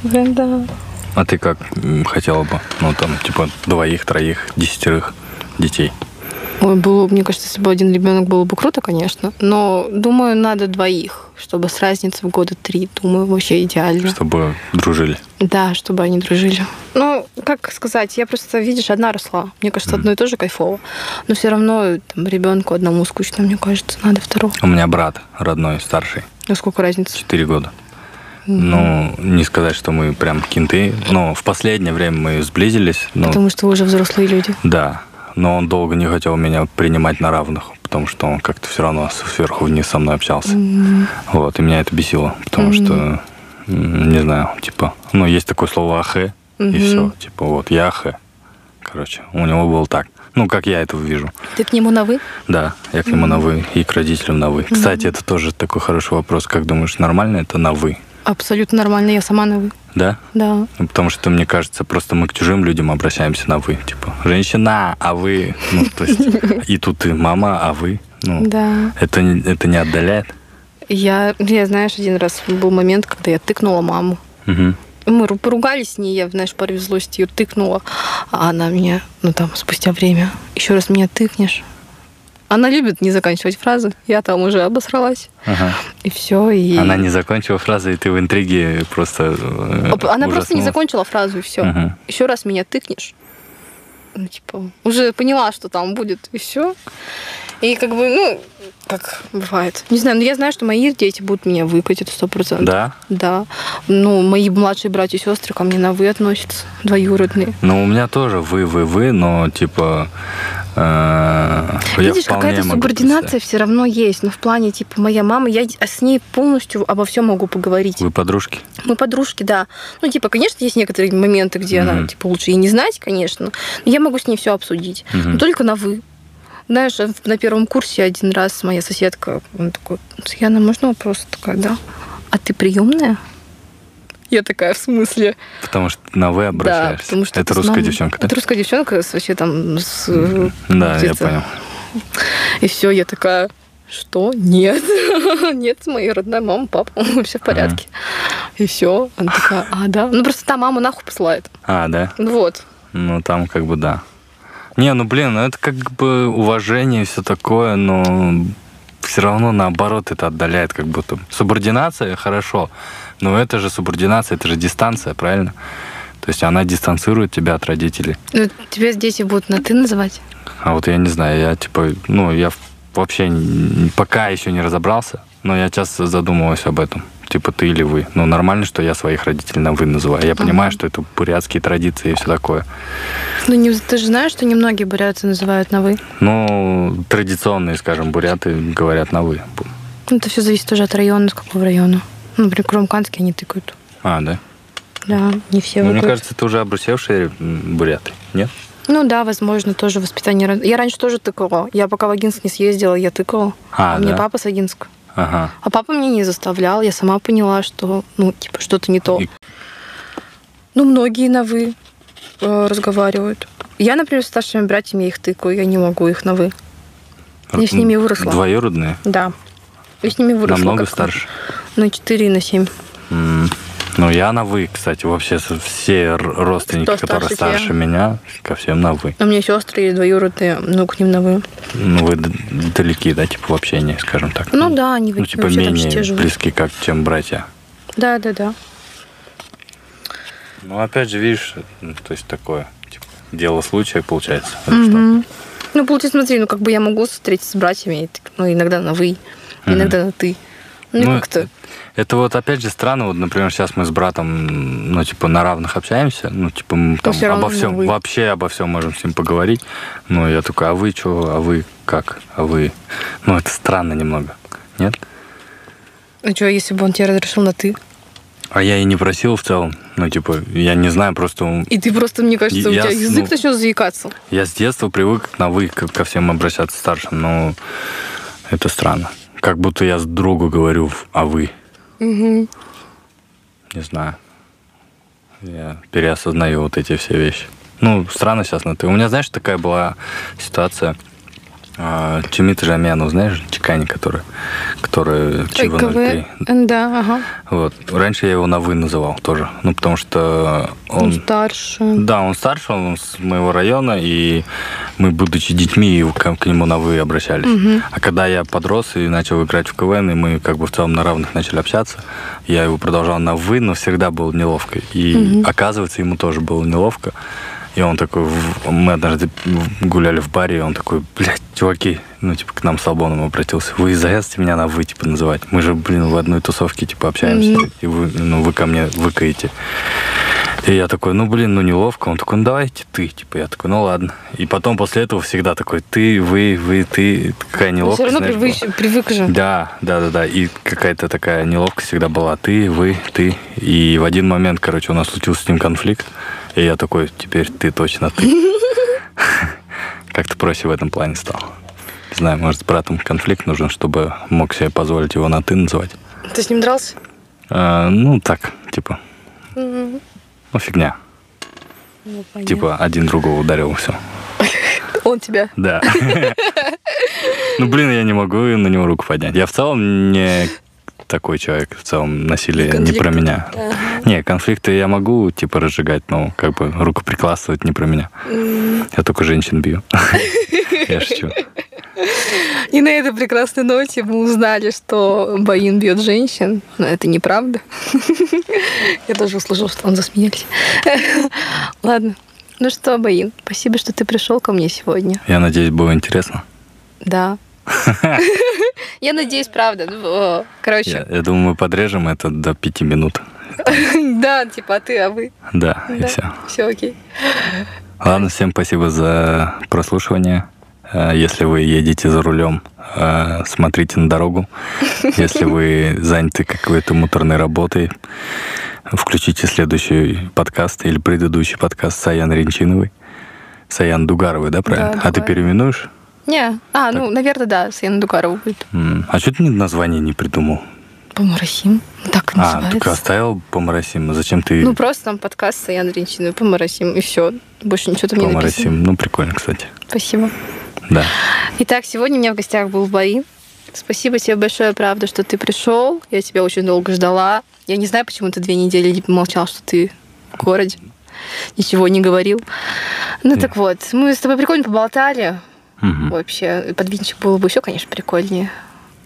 Блин, да. А ты как м, хотела бы, ну, там, типа, двоих, троих, десятерых детей? Ой, было, мне кажется, если бы один ребенок было бы круто, конечно. Но думаю, надо двоих, чтобы с разницей в года три. Думаю, вообще идеально. Чтобы дружили. Да, чтобы они дружили. Ну, как сказать, я просто, видишь, одна росла. Мне кажется, одно и то же кайфово. Но все равно там, ребенку одному скучно, мне кажется, надо второго. У меня брат родной, старший, А сколько разницы? четыре года. Ну, не сказать, что мы прям кенты, но в последнее время мы сблизились. Ну, Потому что вы уже взрослые люди. Да, но он долго не хотел меня принимать на равных, потому что он как-то все равно с- сверху вниз со мной общался. Вот, и меня это бесило, потому что, м, не знаю, типа, ну, есть такое слово ахэ, и все, типа, вот, я ахэ. Короче, у него было так. Ну, как я это вижу. Ты к нему на «вы»? Да, я к нему на «вы» и к родителям на «вы». Кстати, это тоже такой хороший вопрос. Как думаешь, нормально это на «вы»? Абсолютно нормально, я сама на «вы». Да? Да. Ну, Потому что, мне кажется, просто мы к чужим людям обращаемся на «вы». Типа, женщина, а вы... Ну, то есть, и тут ты мама, а вы... Ну, Да. это, не- это не отдаляет? Я, я, знаешь, один раз был момент, когда я тыкнула маму. Мгм. Мы ру- поругались с ней, я, знаешь, в порыве злости ее тыкнула, а она меня, ну там, спустя время, еще раз меня тыкнешь. Она любит не заканчивать фразы. Я там уже обосралась. Ага. И все. И... Она не закончила фразы, и ты в интриге просто э, Оп- Она просто не ужаснулась. закончила фразу, и все. Мгм. Еще раз меня тыкнешь. Ну, типа, уже поняла, что там будет, и все. И как бы, ну, как бывает. Не знаю, но я знаю, что мои дети будут меня выкать, это сто процентов. Да? Да. Ну, мои младшие братья и сестры ко мне на «вы» относятся, двоюродные. Ну, у меня тоже «вы-вы-вы», но, типа... э, я Ну, Видишь, вполне какая-то могу субординация представить. все равно есть, но в плане, типа, моя мама, я с ней полностью обо всем могу поговорить. Вы подружки? Мы подружки, да. Ну, типа, конечно, есть некоторые моменты, где она, Мгм. типа, лучше и не знать, конечно. Но я могу с ней все обсудить. Мгм. Но только на «вы». Знаешь, э, в- на первом курсе один раз моя соседка, она такой, Яна, можно вопрос? Такая, да. А ты приемная? Я такая, в смысле? Потому что на «вы» обращаешься. Да, потому что это с русская мамой- девчонка, да? Это русская девчонка с- вообще там с... Да, я где-то. понял. И все, я такая, что? Нет. Нет, моя родная мама, папа, все в порядке. И все. Она такая, а, да. Ну, просто та мама нахуй посылает. А, да? Ну, Вот. Ну, там как бы да. Не, ну блин, ну это как бы уважение и все такое, но все равно наоборот это отдаляет как будто. Субординация хорошо, но это же субординация, это же дистанция, правильно? То есть она дистанцирует тебя от родителей. Ну, тебя дети будут на ты называть? А вот я не знаю, я типа, ну, я в- вообще н- пока еще не разобрался, но я часто задумываюсь об этом. Типа ты или вы. Ну, нормально, что я своих родителей на вы называю. Я понимаю, что это бурятские традиции и все такое. Ну, не, ты же знаешь, что немногие бурятцы называют на «вы». Ну, традиционные, скажем, буряты говорят на «вы». Ну, Это все зависит тоже от района, с какого района. Ну, Например, Куромканске они тыкают. А, да? Да, не все Ну, мне выкают. кажется, это уже обрусевшие м, буряты, нет? Ну да, возможно, тоже воспитание. ран- Я раньше тоже тыкала. Я пока в Агинск не съездила, я тыкала. А, У меня да? папа с Агинска. Ага. А папа меня не заставлял. Я сама поняла, что, ну, типа, что-то не то. И- Ну, многие на «вы» э, разговаривают. Я, например, с старшими братьями их тыкаю, я не могу их на «вы». Я с ними и выросла. Двоюродные? Да. Я с ними выросла. Намного как старше. На 4 и на 7. М. Ну, я на «вы», кстати, вообще со- все р- родственники, Кто которые старше старше тебя? меня, ко всем на «вы». А у меня сестры и двоюродные, ну, к ним на «вы». Ну, вы д- далеки, да, типа в общении, скажем так. Ну да, они Ну, типа вообще там все менее живут. близки, как, чем братья. Да, да, да. Ну, опять же, видишь, ну, то есть такое, типа, дело случая получается. потому что Мгм. Ну, получается, смотри, ну, как бы я могу встретиться с братьями, и так, ну, иногда на «вы», иногда на «ты». Ну, Ну, как-то... Это вот опять же странно, вот, например, сейчас мы с братом, ну, типа, на равных общаемся, ну, типа, мы там всё равно обо всем, вы. вообще обо всем можем с ним поговорить. Ну, я такой, а вы что, а вы как, а вы... Ну, это странно немного, нет? Ну, А что, если бы он тебе разрешил на ты? А я и не просил в целом, ну, типа, я не знаю, просто И ты просто, мне кажется, у Я тебя с- язык ну- начнет заикаться. я с детства привык на «вы» ко ко всем обращаться старшим, но это странно. Как будто я с другу говорю, в- а вы, Угу. не знаю. Я переосознаю вот эти все вещи. Ну, странно сейчас на ты. У меня, знаешь, такая была ситуация. а, Чимита Жамяну, знаешь, Чикани, который, который ЧВ-03. Да, ага. Вот. Раньше я его на «вы» называл тоже. Ну, потому что Он он... старше. Да, он старше, он с моего района, и мы, будучи детьми, его к, к нему на «вы» обращались. А когда я подрос и начал играть в КВН, и мы как бы в целом на равных начали общаться, я его продолжал на «вы», но всегда было неловко. И оказывается, ему тоже было неловко. И он такой, в- мы однажды в- гуляли в баре, и он такой, блядь, чуваки, ну, типа, к нам с Албоном обратился. Вы заездите меня на «вы», типа, называть. Мы же, блин, в одной тусовке, типа, общаемся. И вы, ну, вы ко мне выкаете. И я такой, ну блин, ну неловко. Он такой, ну давайте ты. Типа я такой, ну ладно. И потом после этого всегда такой, ты, вы, вы, ты. Такая Но все неловкость. равно знаешь, привыч- была. привык же. Да, да, да, да. И какая-то такая неловкость всегда была. Ты, вы, ты. И в один момент, короче, у нас случился с ним конфликт. И я такой, теперь ты точно ты. Как ты проще в этом плане стал? Не знаю, может, с братом конфликт нужен, чтобы мог себе позволить его на ты называть. Ты с ним дрался? А, ну, так, типа. Ну, фигня. Ну, понятно. Типа один другого ударил, все. Он тебя. Да. Ну, блин, я не могу на него руку поднять. Я в целом не такой человек. В целом насилие не про Конфликты. меня. Не, конфликты я могу, типа, разжигать, но как бы рукоприкладствовать не про меня. Я только женщин бью. Я шучу. И на этой прекрасной ноте мы узнали, что Баин бьет женщин. Но это неправда. Я тоже услышала, что он засмеялся. Ладно. Ну что, Баин, спасибо, что ты пришел ко мне сегодня. Я надеюсь, было интересно. Да. Я надеюсь, правда. Ну, э, Я Короче, я думаю, мы подрежем это до пяти минут. да, типа, а ты, а вы. Да, и Да. все. Все окей. Ладно, всем спасибо за прослушивание. Э, Если вы едете за рулем, э, смотрите на дорогу. Если вы заняты какой-то муторной работой, включите следующий подкаст или предыдущий подкаст Саян Ренчиновой. Саян Дугаровой, да, правильно? Да, а ты Дугарова. переименуешь? Не, а, ну, наверное, да, с Яной Дугаровой будет. М, А что ты название не придумал? Поморосим. Ну, Так и А, так называется. оставил Поморосим. Зачем ты Ну, просто там подкаст с Яной Ренчиной. Поморосим, и все. Больше ничего там не написано. Поморосим? Ну, прикольно, кстати. Спасибо. Да. Итак, сегодня у меня в гостях был Баин. Спасибо тебе большое, правда, что ты пришел. Я тебя очень долго ждала. Я не знаю, почему ты две недели не молчал, что ты в городе. Ничего не говорил. Ну так вот, мы с тобой прикольно поболтали Мгм. вообще. И Под винчик было бы еще, конечно, прикольнее.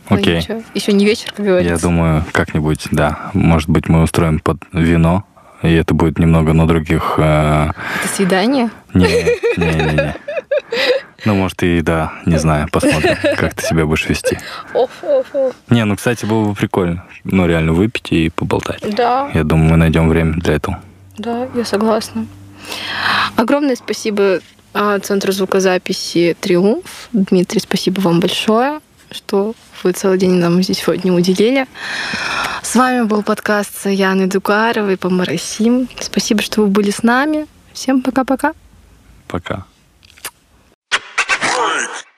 Ну, Окей. ничего. Еще не вечер, как говорится. Я думаю, как-нибудь, да. Может быть, мы устроим под вино, и это будет немного на других... э, Это свидание. Не, не, не, не. Ну, может, и да, не знаю, посмотрим, как ты себя будешь вести. Оф, оф, оф. Не, ну, кстати, было бы прикольно. Ну, реально выпить и поболтать. Да, Я думаю, мы найдем время для этого. да, я согласна. Огромное спасибо а, Центру звукозаписи «Триумф». Дмитрий, спасибо вам большое, что вы целый день нам здесь сегодня уделили. С вами был подкаст Яны Дугаровой по Марасим. Спасибо, что вы были с нами. Всем пока-пока. Пока.